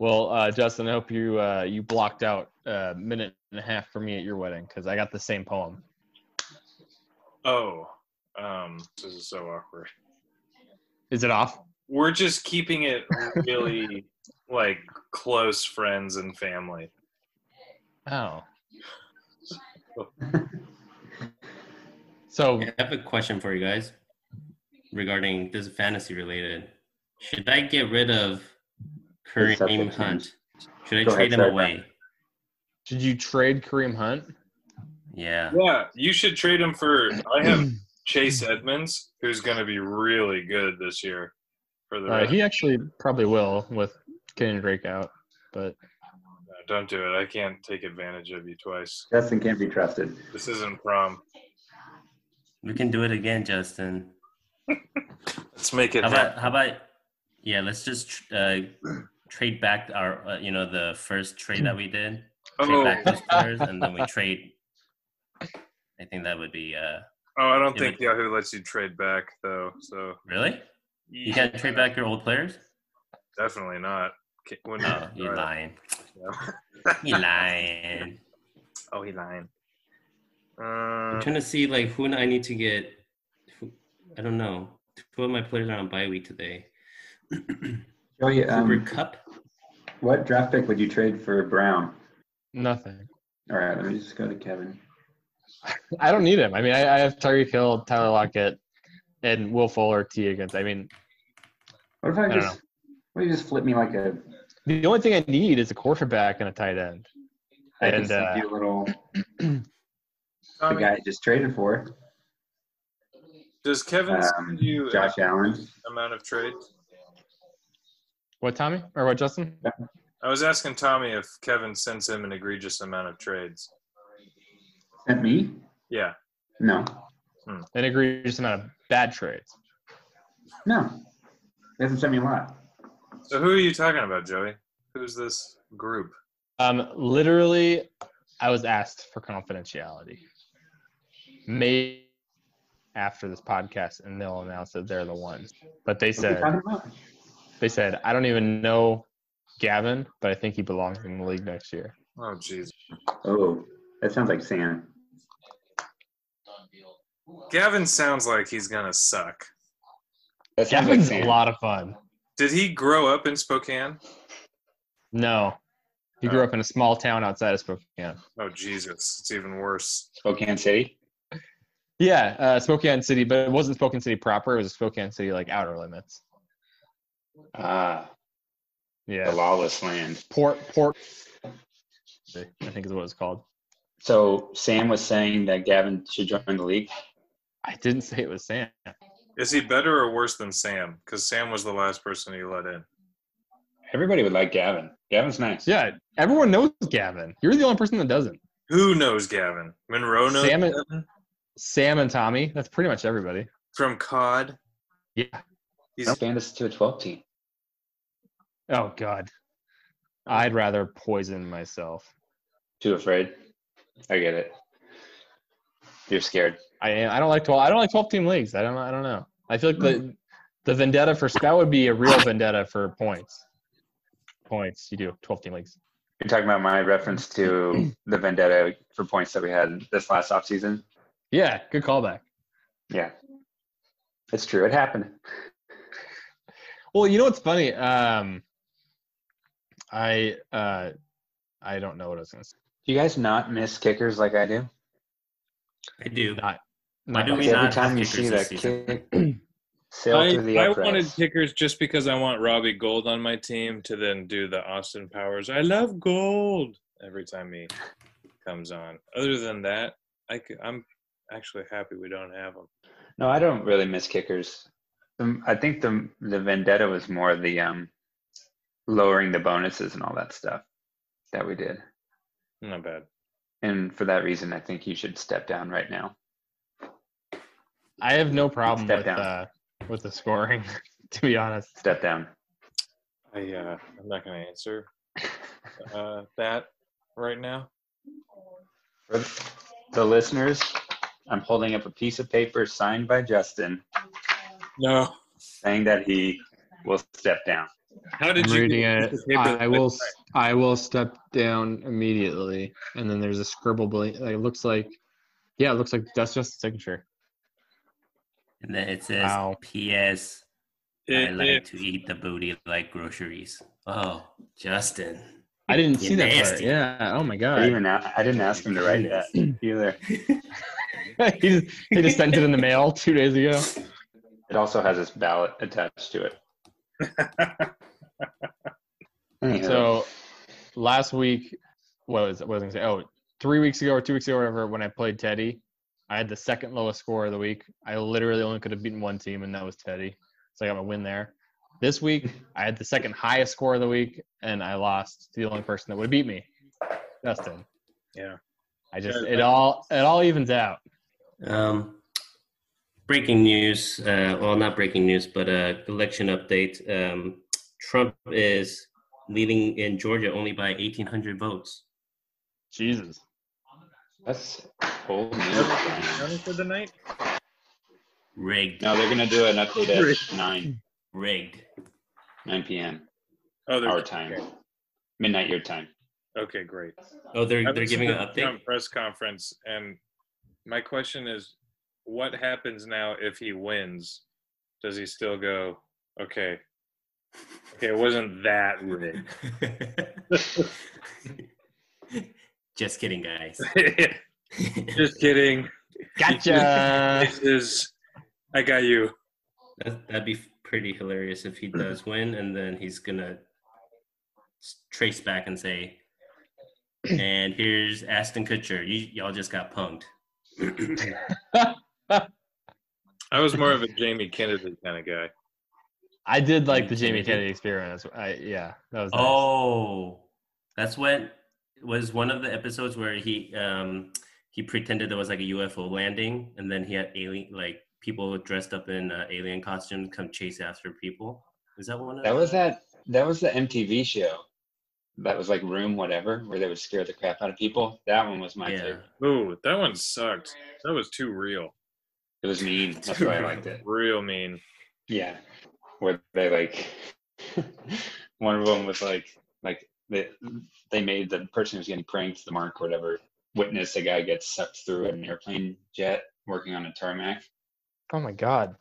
Speaker 3: Well, uh, Justin, I hope you uh, you blocked out a minute and a half for me at your wedding because I got the same poem.
Speaker 2: Oh, um, this is so awkward.
Speaker 3: Is it off?
Speaker 2: We're just keeping it
Speaker 3: (laughs)
Speaker 2: really like close friends and family.
Speaker 3: Oh. so
Speaker 5: I have a question for you guys regarding this is fantasy related. Should I get rid of
Speaker 4: It's up to
Speaker 5: Kareem
Speaker 4: teams.
Speaker 5: Hunt? Should I
Speaker 4: Go
Speaker 5: trade
Speaker 4: ahead,
Speaker 5: him
Speaker 4: sorry,
Speaker 5: away?
Speaker 3: should you trade Kareem Hunt?
Speaker 5: Yeah.
Speaker 2: Yeah, you should trade him for. I
Speaker 5: (clears throat)
Speaker 2: have Chase Edmonds, who's going to be really good this year for the
Speaker 3: Uh,
Speaker 2: Reds.
Speaker 3: he actually probably will with Kenyon Drake out, but
Speaker 2: No, Don't do it. I can't take advantage of you twice.
Speaker 4: Justin can't be trusted.
Speaker 2: This isn't prom.
Speaker 5: We can do it again, Justin.
Speaker 2: Let's make it
Speaker 5: How
Speaker 2: happen.
Speaker 5: about how about yeah? Let's just tr- uh, trade back our uh, you know the first trade that we did. Trade
Speaker 2: Oh,
Speaker 5: back those players, and then we trade. I think that would be uh
Speaker 2: oh, I don't
Speaker 5: Yeah,
Speaker 2: think Yahoo lets you trade back though. So
Speaker 5: really. You can't trade back your old players.
Speaker 2: (laughs) Definitely not. Ca- Wouldn't
Speaker 5: Oh, you
Speaker 2: try
Speaker 5: lying.
Speaker 2: it, no.
Speaker 5: (laughs) You lying.
Speaker 2: Oh, he lying.
Speaker 5: I'm
Speaker 2: Uh,
Speaker 5: trying to see like who I need to get. Who, I don't know. Two of my players are on bye week today.
Speaker 4: Joey,
Speaker 5: Cooper
Speaker 4: um,
Speaker 5: Cup.
Speaker 4: what draft pick would you trade for Brown?
Speaker 3: nothing.
Speaker 4: All right, let me just go to Kevin.
Speaker 3: I don't need him. I mean, I, I have Tyreek Hill, Tyler Lockett, and Will Fuller T against. I mean,
Speaker 4: What if I,
Speaker 3: I don't
Speaker 4: just what if you just flip me like a
Speaker 3: the only thing I need is a quarterback and a tight end.
Speaker 4: I can
Speaker 3: And,
Speaker 4: send
Speaker 3: uh,
Speaker 4: you a little the
Speaker 2: Tommy,
Speaker 4: guy I just traded for
Speaker 2: does Kevin
Speaker 4: um,
Speaker 2: send you
Speaker 4: Josh Allen.
Speaker 2: an amount of trades?
Speaker 3: What Tommy or what Justin?
Speaker 2: I was asking Tommy if Kevin sends him an egregious amount of trades.
Speaker 4: Sent me?
Speaker 2: Yeah.
Speaker 4: No,
Speaker 3: An egregious amount of bad trades.
Speaker 4: no, he hasn't sent me a lot.
Speaker 2: So who are you talking about, Joey? Who's this group?
Speaker 3: Um, literally, I was asked for confidentiality. Maybe after this podcast, and they'll announce that they're the ones. But they
Speaker 4: What are you
Speaker 3: said
Speaker 4: talking about?
Speaker 3: they said I don't even know Gavin, but I think he belongs in the league next year.
Speaker 2: Oh, jeez.
Speaker 4: Oh, that sounds like Sam.
Speaker 2: Gavin sounds like he's gonna suck.
Speaker 4: That sounds
Speaker 3: Gavin's
Speaker 4: like
Speaker 3: a
Speaker 4: Sam.
Speaker 3: lot of fun.
Speaker 2: Did he grow up in Spokane?
Speaker 3: No, he grew up in a small town outside of Spokane.
Speaker 2: Oh, Jesus, it's even worse.
Speaker 4: Spokane City.
Speaker 3: Yeah, uh, Spokane City, but it wasn't Spokane City proper. It was Spokane City like outer limits.
Speaker 4: Ah, the
Speaker 3: Yeah,
Speaker 4: lawless land.
Speaker 3: port port. I think is what it's called.
Speaker 4: So Sam was saying that Gavin should join the league.
Speaker 3: I didn't say it was Sam.
Speaker 2: Is he better or worse than Sam? Because Sam was the last person he let in.
Speaker 4: Everybody would like Gavin. Gavin's nice.
Speaker 3: Yeah, everyone knows Gavin. You're the only person that doesn't.
Speaker 2: Who knows Gavin? Monroe knows
Speaker 3: Sam and-
Speaker 2: Gavin?
Speaker 3: Sam and Tommy. That's pretty much everybody.
Speaker 2: from COD.
Speaker 3: Yeah.
Speaker 2: He's
Speaker 4: Expand us to a 12 team.
Speaker 3: Oh God. I'd rather poison myself.
Speaker 4: Too afraid. I get it. You're scared.
Speaker 3: I am. I don't like twelve. I don't like twelve team leagues. I don't. I don't know. I feel like the the vendetta for that would be a real vendetta for points. Points. You do twelve team leagues.
Speaker 4: You're talking about my reference (clears throat) to the vendetta for points that we had this last offseason?
Speaker 3: Yeah. Good callback.
Speaker 4: Yeah. It's true. It happened.
Speaker 3: Well, you know what's funny? Um, I uh, I don't know what I was gonna say.
Speaker 4: Do you guys not miss kickers like I do?
Speaker 5: I do.
Speaker 3: Not-
Speaker 5: Why do
Speaker 3: Not-
Speaker 5: we
Speaker 4: Every
Speaker 5: not
Speaker 4: time
Speaker 5: have
Speaker 4: you
Speaker 5: kickers
Speaker 4: see
Speaker 5: this
Speaker 4: that
Speaker 5: season?
Speaker 4: kick (clears throat) sail through the uprights.
Speaker 2: kickers just because I want Robbie Gold on my team to then do the Austin Powers. I love Gold every time he comes on. Other than that, I am actually happy we don't have him.
Speaker 4: No, I don't really miss kickers. Um, I think the the vendetta was more the um, lowering the bonuses and all that stuff that we did.
Speaker 2: Not bad.
Speaker 4: And for that reason, I think you should step down right now.
Speaker 3: I have no problem
Speaker 4: Step
Speaker 3: with
Speaker 4: down.
Speaker 3: uh, with the scoring. (laughs) to be honest.
Speaker 4: Step down.
Speaker 2: I uh, I'm not going
Speaker 3: (laughs)
Speaker 2: to answer uh, that right now.
Speaker 4: For the listeners, I'm holding up a piece of paper signed by Justin
Speaker 2: No.
Speaker 4: saying that he will step down.
Speaker 2: How did
Speaker 3: I'm
Speaker 2: you
Speaker 3: reading
Speaker 2: get
Speaker 3: it.
Speaker 2: this paper
Speaker 3: I
Speaker 2: that-
Speaker 3: will. s- I will step down immediately. And then there's a scribble. Bla- like, it looks like. Yeah, it looks like that's just a signature.
Speaker 5: And then it says,
Speaker 3: Wow.
Speaker 5: P.S. I
Speaker 2: It-
Speaker 5: like
Speaker 2: it-
Speaker 5: to eat the booty like groceries. Oh, Justin.
Speaker 3: I didn't see
Speaker 5: You're
Speaker 3: that part.
Speaker 5: nasty.
Speaker 3: Yeah. Oh my
Speaker 4: I,
Speaker 3: god.
Speaker 4: even a- I didn't ask him to write that either.
Speaker 3: (laughs) he, just, he just sent it in the mail two days ago.
Speaker 4: It also has his ballot attached to it. (laughs) Anywho.
Speaker 3: So last week, what was what was I gonna say? Oh, three weeks ago or two weeks ago, or whatever, when I played Teddy, I had the second lowest score of the week. I literally only could have beaten one team, and that was Teddy. So I got my win there. This week, I had the second highest score of the week, and I lost to the only person that would have beat me, Justin.
Speaker 2: Yeah.
Speaker 3: I just it all it all evens out.
Speaker 5: Um, breaking news. Uh, well, not breaking news, but uh, election update. Um, Trump is leading in Georgia only by 1,800 votes.
Speaker 3: Jesus.
Speaker 4: That's old
Speaker 2: Done for the night?
Speaker 5: Rigged.
Speaker 4: No, they're gonna do an update at nine
Speaker 5: Rigged.
Speaker 4: nine p.m.
Speaker 2: Oh, they're
Speaker 4: our time, midnight your time.
Speaker 2: Okay, great.
Speaker 5: Oh, they're,
Speaker 2: I've
Speaker 5: they're
Speaker 2: been
Speaker 5: giving an
Speaker 2: to the (laughs)
Speaker 5: update.
Speaker 2: Trump press conference, and my question is, what happens now if he wins? Does he still go? Okay, okay, it wasn't that rigged. (laughs)
Speaker 5: Just kidding, guys.
Speaker 2: Just kidding. (laughs)
Speaker 3: Gotcha.
Speaker 2: This is. I got you.
Speaker 5: (laughs) That, that'd be pretty hilarious if he does win, and then he's gonna s- trace back and say, "And here's Aston Kutcher. You, y'all just got punked."
Speaker 2: I was more of a Jamie Kennedy kind of guy.
Speaker 3: I did like the Jamie Kennedy experience. I yeah, that was. Nice.
Speaker 5: Oh, that's what was one of the episodes where he um he pretended there was like a UFO landing, and then he had alien like people dressed up in uh, alien costumes come chase after people. Is that one? Of
Speaker 4: That was that. That was the MTV show. That was like Room Whatever, where they would scare the crap out of people. That one was my
Speaker 5: yeah.
Speaker 4: favorite.
Speaker 2: Ooh, that one sucked. That was too real.
Speaker 4: It was mean. That's why I liked it.
Speaker 2: Real mean.
Speaker 4: Yeah, where they like (laughs) one of them was like like they they made the person who's getting pranked the mark whatever witness a guy gets sucked through an airplane jet working on a tarmac.
Speaker 3: oh my god,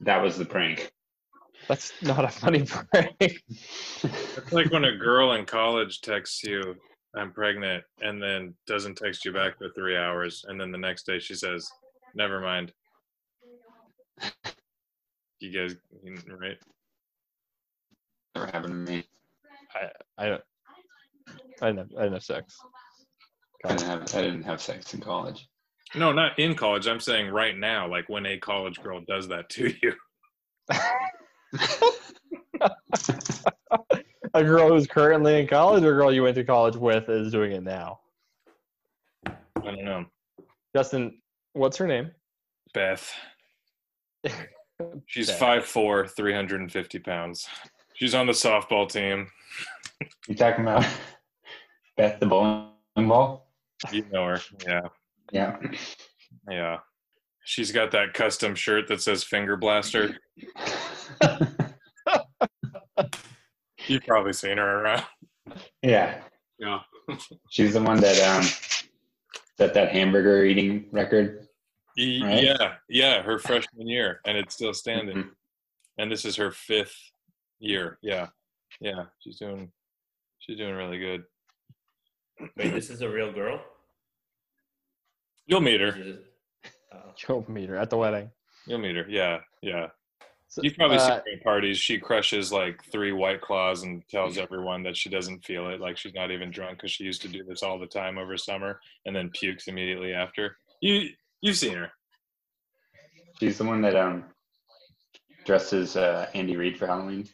Speaker 4: That was the prank. (laughs)
Speaker 3: that's not a funny (laughs) prank.
Speaker 2: It's like when a girl in college texts you, I'm pregnant, and then doesn't text you back for three hours. And then the next day she says, Never mind. You guys, right?
Speaker 4: Never happened to me.
Speaker 3: I don't. I didn't have, I didn't have sex.
Speaker 4: I didn't have I didn't have sex in college.
Speaker 2: No, not in college. I'm saying right now, like when a college girl does that to you.
Speaker 3: a girl who's currently in college or a girl you went to college with is doing it now.
Speaker 2: (laughs) I don't know.
Speaker 3: Justin, what's her name?
Speaker 2: Beth. She's
Speaker 3: Beth.
Speaker 2: five four, three hundred and fifty pounds. She's on the softball team.
Speaker 4: You talking about (laughs) Beth the bowling ball?
Speaker 2: You know her. Yeah.
Speaker 4: Yeah.
Speaker 3: (laughs)
Speaker 2: Yeah. She's got that custom shirt that says finger blaster. You've probably seen her around. (laughs)
Speaker 4: yeah.
Speaker 2: Yeah.
Speaker 4: (laughs) She's the one that um that that hamburger eating record.
Speaker 2: E-
Speaker 4: Right.
Speaker 2: Yeah. Yeah. Her freshman year, and it's still standing.
Speaker 3: Mm-hmm.
Speaker 4: Mhm.
Speaker 2: And this is her fifth year. Yeah. Yeah. She's doing. She's doing really good.
Speaker 5: Wait, this is a real girl.
Speaker 2: You'll meet her.
Speaker 5: Oh.
Speaker 3: Joe Meter at the wedding.
Speaker 2: You'll meet her. Yeah, yeah.
Speaker 3: So,
Speaker 2: You've probably seen
Speaker 3: uh,
Speaker 2: her at parties. She crushes like three white claws and tells everyone that she doesn't feel it, like she's not even drunk, because she used to do this all the time over summer, and then pukes immediately after. You you've seen her.
Speaker 4: She's the one that um dresses uh, Andy Reid for Halloween.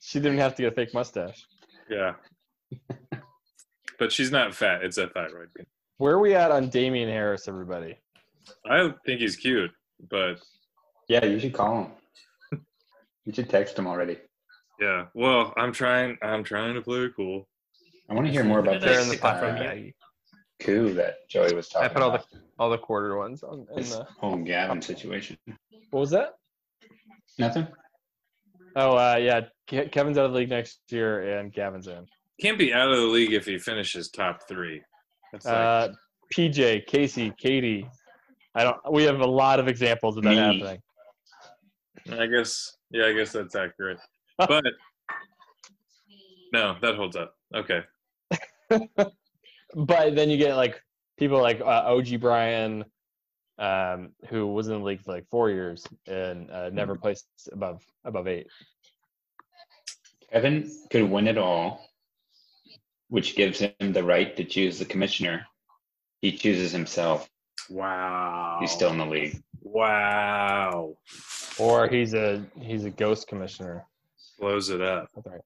Speaker 3: She didn't have to get a fake mustache. (laughs)
Speaker 2: Yeah. but she's not fat. It's a thyroid. con-
Speaker 3: Where are we at on Damian Harris, everybody?
Speaker 2: I think he's cute, but
Speaker 4: Yeah, you should call him. you should text him already.
Speaker 2: yeah. Well, I'm trying. I'm trying to play it cool.
Speaker 4: I want to hear more about
Speaker 5: They're
Speaker 4: this
Speaker 5: in the
Speaker 4: uh, coup that Joey was talking
Speaker 3: I put all
Speaker 4: about.
Speaker 3: the all the quarter ones on. In
Speaker 4: this
Speaker 3: the,
Speaker 4: whole Gavin situation.
Speaker 3: what was that?
Speaker 4: Nothing.
Speaker 3: Oh uh, yeah, Ke- Kevin's out of the league next year, and Gavin's in.
Speaker 2: Can't be out of the league if he finishes top three. That's like,
Speaker 3: Uh, PJ, Casey, Katie. I don't. We have a lot of examples of that
Speaker 4: Me.
Speaker 3: happening.
Speaker 2: I guess, yeah, I guess that's accurate. But no, that holds up. Okay.
Speaker 3: But then you get like people like uh, OG Brian, um, who was in the league for like four years and uh,
Speaker 4: Hmm.
Speaker 3: never placed above above eight.
Speaker 4: Kevin could win it all, which gives him the right to choose the commissioner. He chooses himself.
Speaker 2: Wow.
Speaker 4: He's still in the league.
Speaker 2: Wow.
Speaker 3: Or he's a he's a ghost commissioner.
Speaker 2: Blows it up.
Speaker 3: That's right.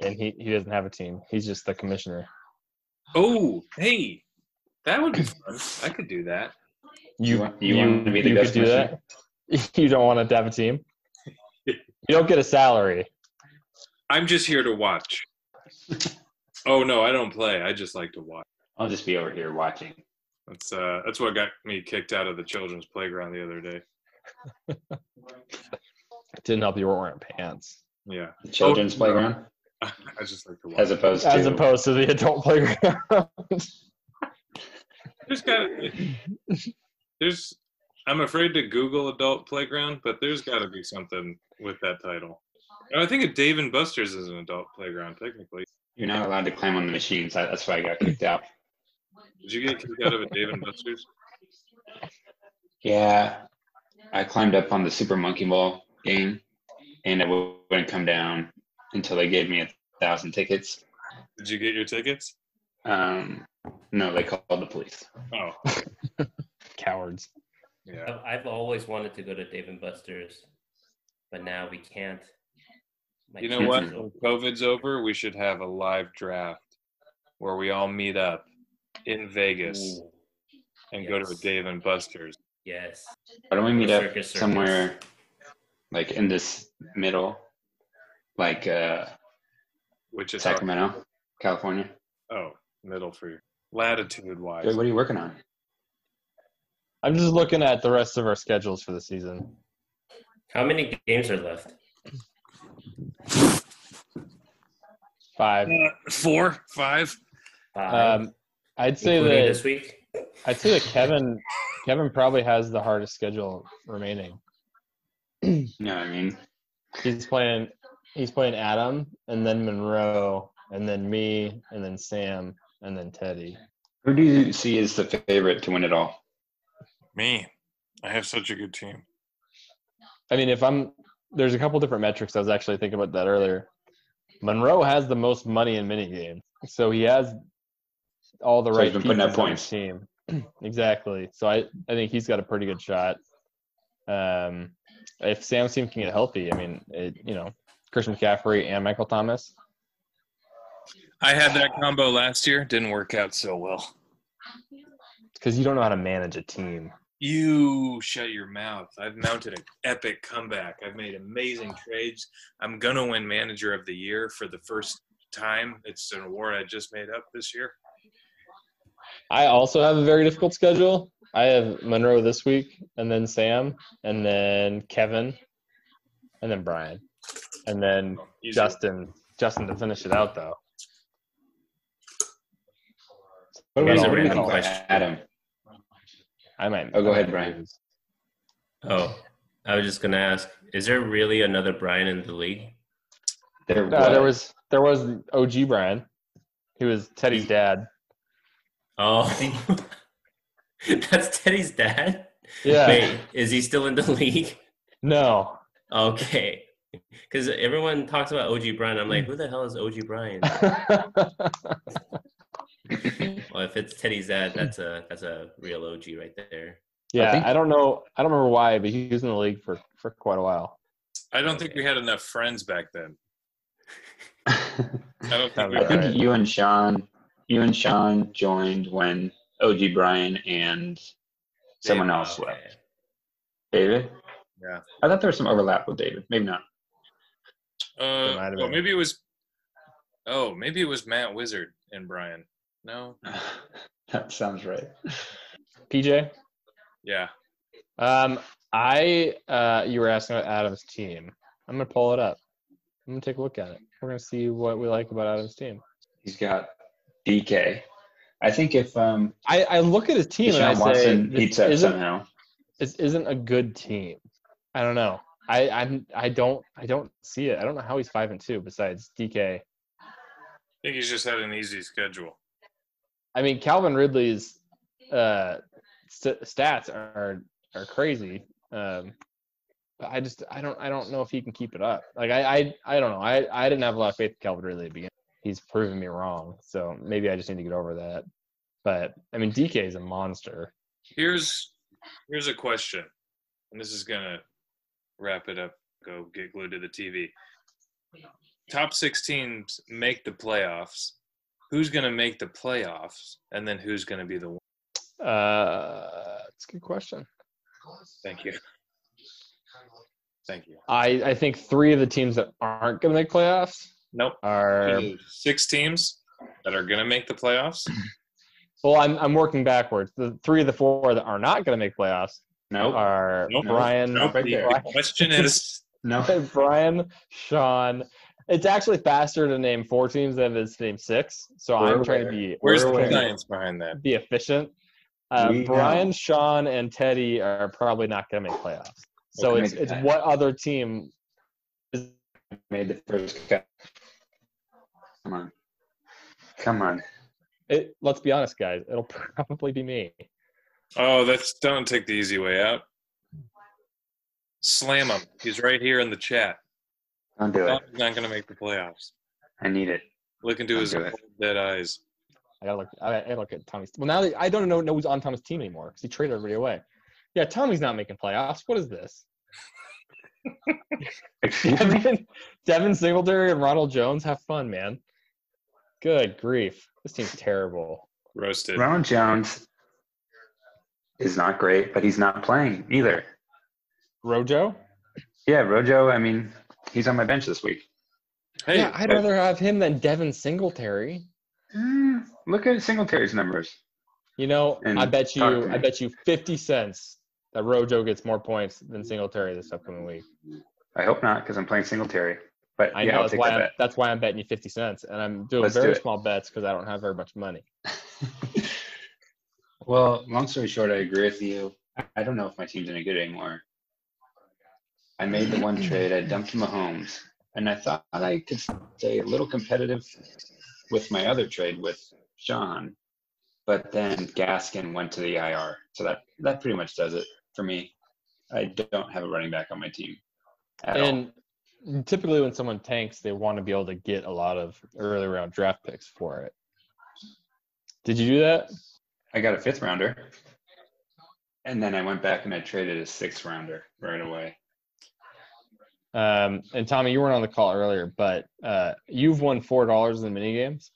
Speaker 3: And he, he doesn't have a team. He's just the commissioner.
Speaker 2: Oh, hey, that would be fun. I could do that.
Speaker 4: You want- you want to be the
Speaker 3: you could
Speaker 4: ghost
Speaker 3: do that? (laughs) You don't want to have a
Speaker 4: (laughs)
Speaker 3: team. you don't get a salary.
Speaker 2: I'm just here to watch. Oh no, I don't play. I just like to watch.
Speaker 4: I'll just be over here watching.
Speaker 2: That's uh, that's what got me kicked out of the children's playground the other day.
Speaker 3: Didn't help you were wearing pants.
Speaker 2: Yeah,
Speaker 4: The children's
Speaker 2: Oh, no.
Speaker 4: playground,
Speaker 2: (laughs) I just like to watch.
Speaker 4: as opposed to
Speaker 3: As opposed to the adult playground. (laughs)
Speaker 2: There's got to there's. I'm afraid to Google adult playground, but there's got to be something with that title. And I think a Dave and Buster's is an adult playground technically.
Speaker 4: You're not allowed to climb on the machines. That- That's why I got kicked out.
Speaker 2: Did you get kicked out of a Dave and Buster's?
Speaker 4: Yeah, I climbed up on the Super Monkey Ball game, and I wouldn't come down until they gave me a thousand tickets.
Speaker 2: Did you get your tickets?
Speaker 4: Um, no, they called the police.
Speaker 2: Oh,
Speaker 3: Cowards.
Speaker 2: yeah.
Speaker 5: I've I've always wanted to go to Dave and Buster's, but now we can't. My
Speaker 2: You know
Speaker 5: kids
Speaker 2: what?
Speaker 5: is
Speaker 2: When
Speaker 5: old.
Speaker 2: COVID's over, we should have a live draft where we all meet up in Vegas
Speaker 5: Ooh,
Speaker 2: and go to a
Speaker 5: yes.
Speaker 2: Dave and Buster's.
Speaker 5: Yes.
Speaker 4: Why don't we meet up
Speaker 5: Circus, circus.
Speaker 4: somewhere like in this middle, like uh,
Speaker 2: Which is
Speaker 4: Sacramento, California?
Speaker 2: Oh, middle for you. Latitude
Speaker 4: Joey,
Speaker 2: wise.
Speaker 4: what are you working on?
Speaker 3: I'm just looking at the rest of our schedules for the season.
Speaker 5: How many games are left?
Speaker 3: Five.
Speaker 2: four, five.
Speaker 5: Five.
Speaker 3: Um, I'd say
Speaker 5: including
Speaker 3: that
Speaker 5: this week.
Speaker 3: I'd say that Kevin Kevin probably has the hardest schedule remaining.
Speaker 4: You know what I mean?
Speaker 3: He's playing he's playing Adam and then Monroe and then me and then Sam and then Teddy.
Speaker 4: Who do you see is the favorite to win it all?
Speaker 2: Me. I have such a good team.
Speaker 3: I mean, if I'm there's a couple different metrics. I was actually thinking about that earlier. Monroe has the most money in minigames, so he has all the
Speaker 4: So
Speaker 3: right
Speaker 4: he's been putting up
Speaker 3: pieces on his
Speaker 4: points.
Speaker 3: team. (clears throat) exactly. So I, I think he's got a pretty good shot. Um, if Sam's team can get healthy, I mean, it, you know, Christian McCaffrey and Michael Thomas.
Speaker 2: I had that combo last year. Didn't work out so well.
Speaker 3: because you don't know how to manage a team.
Speaker 2: You shut your mouth. I've mounted an epic comeback. I've made amazing trades. I'm going to win manager of the year for the first time. It's an award I just made up this year.
Speaker 3: I also have a very difficult schedule. I have Monroe this week, and then Sam, and then Kevin, and then Brian, and then
Speaker 2: Easy.
Speaker 3: Justin. Justin to finish it out, though.
Speaker 4: What
Speaker 5: Here's
Speaker 4: about
Speaker 5: a
Speaker 4: what
Speaker 5: random
Speaker 4: about
Speaker 5: question.
Speaker 4: Adam?
Speaker 3: I might.
Speaker 4: Oh, go
Speaker 3: I
Speaker 4: ahead,
Speaker 3: might
Speaker 4: Brian.
Speaker 3: lose.
Speaker 5: Oh, I was just gonna ask: Is there really another Brian in the league?
Speaker 4: There,
Speaker 3: No, there was there was OG Brian. He was Teddy's dad.
Speaker 5: Oh, (laughs) that's Teddy's dad.
Speaker 3: Yeah.
Speaker 5: Wait, is he still in the (laughs) league?
Speaker 3: No.
Speaker 5: Okay, because everyone talks about OG Brian. I'm like, who the hell is OG Brian? well, if it's Teddy's dad, that's a that's a real OG right there.
Speaker 3: (laughs) yeah, I,
Speaker 4: think-
Speaker 3: don't know. I don't remember why, but he was in the league for for quite a while.
Speaker 2: I don't think we had enough friends back then. I don't think we
Speaker 4: (laughs) I
Speaker 3: All
Speaker 4: think
Speaker 3: right.
Speaker 4: you and Sean, you and Sean joined when OG Brian and someone
Speaker 5: Dave,
Speaker 4: else
Speaker 5: okay.
Speaker 4: left. David.
Speaker 2: Yeah.
Speaker 4: I thought there was some overlap with David. Maybe not. (laughs)
Speaker 2: Uh,
Speaker 3: It might have
Speaker 2: well,
Speaker 3: been.
Speaker 2: maybe it was. Oh, maybe it was Matt Wizard and Brian. No.
Speaker 4: that sounds right.
Speaker 3: PJ.
Speaker 2: Yeah.
Speaker 3: Um, I uh, you were asking about Adam's team. I'm gonna pull it up. I'm gonna take a look at it. We're gonna see what we like about Adam's team.
Speaker 4: He's got DK. I think if um,
Speaker 3: I, I look at his team and I
Speaker 4: Deshaun Watson
Speaker 3: say
Speaker 4: heats
Speaker 3: this
Speaker 4: up
Speaker 3: isn't,
Speaker 4: somehow,
Speaker 3: this isn't a good team. I don't know. I I'm, I don't I don't see it. I don't know how he's five and two besides DK.
Speaker 2: I think he's just had an easy schedule.
Speaker 3: I mean Calvin Ridley's uh, st- stats are are crazy. Um, but I just I don't I don't know if he can keep it up. Like I I, I don't know. I, I didn't have a lot of faith in Calvin Ridley at the beginning. He's proven me wrong. So maybe I just need to get over that. But I mean DK is a monster.
Speaker 2: Here's here's a question, and this is gonna wrap it up. Go get glued to the TV. Top six teams make the playoffs. Who's gonna make the playoffs, and then who's gonna be the one?
Speaker 3: Uh it's a good question.
Speaker 2: Thank you. Thank you.
Speaker 3: I, I think three of the teams that aren't gonna make playoffs
Speaker 2: Nope.
Speaker 3: are
Speaker 2: Six teams that are gonna make the playoffs.
Speaker 3: well I'm I'm working backwards. The three of the four that are not gonna make playoffs
Speaker 4: nope.
Speaker 3: are
Speaker 2: Nope.
Speaker 3: Brian
Speaker 2: Nope.
Speaker 4: right there.
Speaker 2: The question is.
Speaker 4: no.
Speaker 3: (laughs) Brian, Sean. It's actually faster to name four teams than it is to name six. So
Speaker 4: We're
Speaker 3: I'm trying to
Speaker 4: aware.
Speaker 3: be
Speaker 2: Where's
Speaker 4: We're
Speaker 2: the
Speaker 4: aware.
Speaker 2: science behind that?
Speaker 3: be efficient. Uh,
Speaker 4: We know.
Speaker 3: Brian, Sean, and Teddy are probably not going to make playoffs. So
Speaker 4: Okay.
Speaker 3: it's it's what other team?
Speaker 4: Made the first cut. Come on. Come on.
Speaker 3: It, let's be honest, guys. It'll (laughs) probably be me.
Speaker 2: Oh, that's don't take the easy way out. Slam him. He's right here in the chat.
Speaker 4: Don't do it.
Speaker 2: Tom's not going to make the playoffs.
Speaker 4: I need it.
Speaker 2: Look into his
Speaker 4: Don't do
Speaker 2: cold,
Speaker 4: it.
Speaker 2: dead eyes.
Speaker 3: I gotta look. I gotta look at Tommy's. Well, now that, I don't know, know who's on Tommy's team anymore because he traded everybody away. Yeah, Tommy's not making playoffs. What is this?
Speaker 4: Excuse me?
Speaker 3: Devin, Devin Singletary and Ronald Jones. Have fun, man. Good grief. This team's terrible.
Speaker 2: Roasted.
Speaker 4: Ronald Jones is not great, but he's not playing either.
Speaker 3: Rojo?
Speaker 4: Yeah, Rojo, I mean, he's on my bench this week.
Speaker 2: Hey, uh,
Speaker 3: yeah, I'd
Speaker 4: but-
Speaker 3: rather have him than Devin Singletary.
Speaker 4: Hmm, look at Singletary's numbers.
Speaker 3: You know,
Speaker 4: And
Speaker 3: I bet you,
Speaker 4: Tucker.
Speaker 3: I bet you fifty cents that Rojo gets more points than Singletary this upcoming week.
Speaker 4: I hope not, because I'm playing Singletary. But
Speaker 3: I
Speaker 4: yeah,
Speaker 3: know
Speaker 4: I'll
Speaker 3: that's
Speaker 4: take
Speaker 3: why
Speaker 4: that
Speaker 3: I'm,
Speaker 4: bet.
Speaker 3: that's why I'm betting you fifty cents, and I'm doing
Speaker 4: Let's do
Speaker 3: very
Speaker 4: it.
Speaker 3: small bets because I don't have very much money.
Speaker 4: Well, long story short, I agree with you. I don't know if my team's any good anymore. I made the one trade. I dumped Mahomes, and I thought I could stay a little competitive with my other trade with Sean, but then Gaskin went to the IR, so that that pretty much does it for me. I don't have a running back on my team. At all.
Speaker 3: And typically, when someone tanks, they want to be able to get a lot of early round draft picks for it. Did you do that?
Speaker 4: I got a fifth rounder, and then I went back and I traded a sixth rounder right away.
Speaker 3: Um, and Tommy, you weren't on the call earlier, but uh, you've won four dollars in the mini games,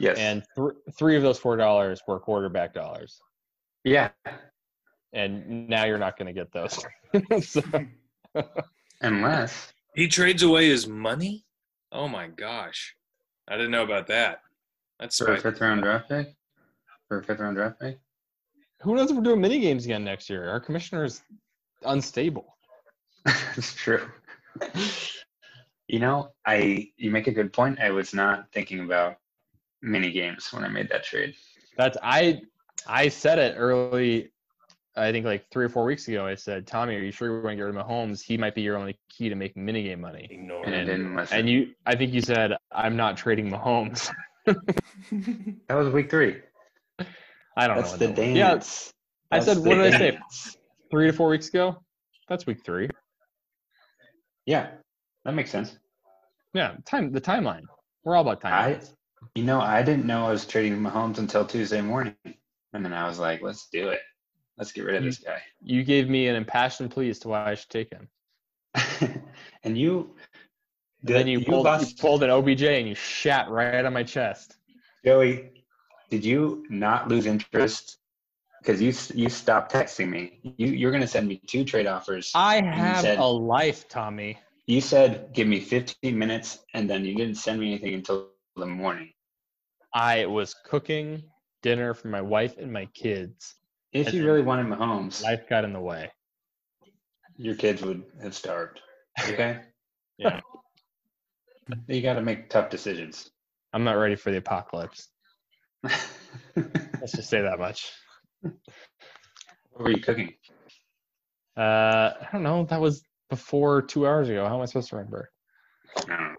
Speaker 4: Yes.
Speaker 3: and thr three of those four dollars were quarterback dollars.
Speaker 4: yeah,
Speaker 3: and now you're not going to get those. (laughs) so,
Speaker 4: unless.
Speaker 2: he trades away his money? Oh my gosh. I didn't know about that. That's
Speaker 4: For a
Speaker 2: spicy.
Speaker 4: fifth round draft pick? For a fifth round draft pick? (laughs)
Speaker 3: who knows if we're doing mini games again next year? Our commissioner is unstable.
Speaker 4: That's true. You know, I you make a good point. I was not thinking about mini games when I made that trade.
Speaker 3: That's I. I said it early. I think like three or four weeks ago. I said, Tommy, are you sure we're going to get rid of Mahomes? He might be your only key to making mini game money.
Speaker 5: Ignore
Speaker 4: And I
Speaker 5: it.
Speaker 4: didn't listen.
Speaker 3: And you, I think you said, I'm not trading Mahomes. (laughs)
Speaker 4: that was week three.
Speaker 3: I don't
Speaker 4: That's
Speaker 3: know.
Speaker 4: the
Speaker 3: when that was.
Speaker 4: dance.
Speaker 3: Yeah, it's- I
Speaker 4: That's
Speaker 3: said,
Speaker 4: the
Speaker 3: what did I say?
Speaker 4: dance.
Speaker 3: Three to four weeks ago. That's week three.
Speaker 4: Yeah, that makes sense.
Speaker 3: Yeah, time the timeline. We're all about
Speaker 4: I-
Speaker 3: timelines.
Speaker 4: You know, I didn't know I was trading Mahomes until Tuesday morning. And then I was like, let's do it. Let's get rid
Speaker 3: Mm.
Speaker 4: of this guy.
Speaker 3: You gave me an impassioned plea as to why I should take him.
Speaker 4: (laughs) and you
Speaker 3: And then you, pulled,
Speaker 4: lost-
Speaker 3: you pulled an OBJ and you shat right on my chest.
Speaker 4: Joey, did you not lose interest? Because you you stopped texting me. You you're gonna send me two trade offers.
Speaker 3: I
Speaker 4: have said- a
Speaker 3: life, Tommy.
Speaker 4: You said give me 15 minutes, and then you didn't send me anything until the morning.
Speaker 3: I was cooking dinner for my wife and my kids.
Speaker 4: If you really wanted Mahomes,
Speaker 3: Life got in the way.
Speaker 4: your kids would have starved. Okay.
Speaker 3: Yeah.
Speaker 4: You got to make tough decisions. (laughs)
Speaker 3: I'm not ready for the apocalypse.
Speaker 4: what
Speaker 3: Let's just say that much.
Speaker 4: were you cooking?
Speaker 3: Uh, I don't know. That was before two hours ago. How am I supposed to remember?
Speaker 4: I don't know.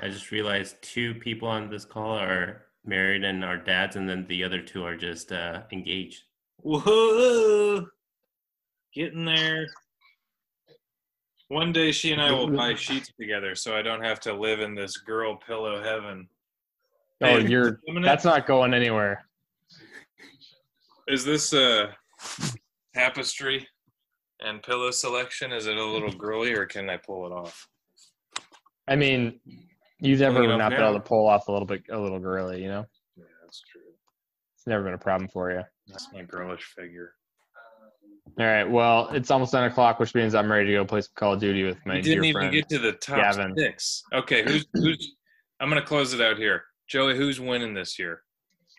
Speaker 5: I just realized two people on this call are married and are dads, and then the other two are just uh, engaged.
Speaker 2: Woohoo! Getting there. One day she and I will buy sheets together so I don't have to live in this girl pillow heaven.
Speaker 3: Oh,
Speaker 2: Hey, (laughs)
Speaker 3: you're.
Speaker 2: I'm gonna-
Speaker 3: That's not going anywhere.
Speaker 2: Is this a tapestry and pillow selection? Is it a little girly or can I pull it off?
Speaker 3: I mean, you've never
Speaker 2: Pulling it off
Speaker 3: not been
Speaker 2: now.
Speaker 3: able to pull off a little bit, a little gorilla. You know,
Speaker 2: Yeah, that's true.
Speaker 3: it's never been a problem for you.
Speaker 2: That's my girlish figure.
Speaker 3: All right. Well, it's almost nine o'clock, which means I'm ready to go play some Call of Duty with my
Speaker 2: We didn't
Speaker 3: dear
Speaker 2: even
Speaker 3: friend.
Speaker 2: get to the top
Speaker 3: Gavin.
Speaker 2: six. Okay, who's who's? I'm gonna close it out here. Joey, who's winning this year?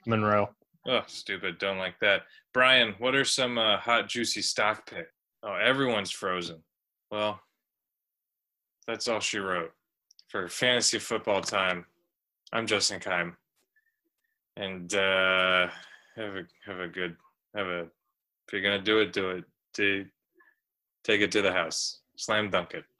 Speaker 3: Monroe.
Speaker 2: Oh, stupid. Don't like that. Brian, what are some uh, hot, juicy stock pick? Oh, everyone's frozen. Well, that's all she wrote for fantasy football time. I'm Justin Kime, and uh, have a have a good have a. If you're gonna do it, do it. Do, take it to the house. Slam dunk it.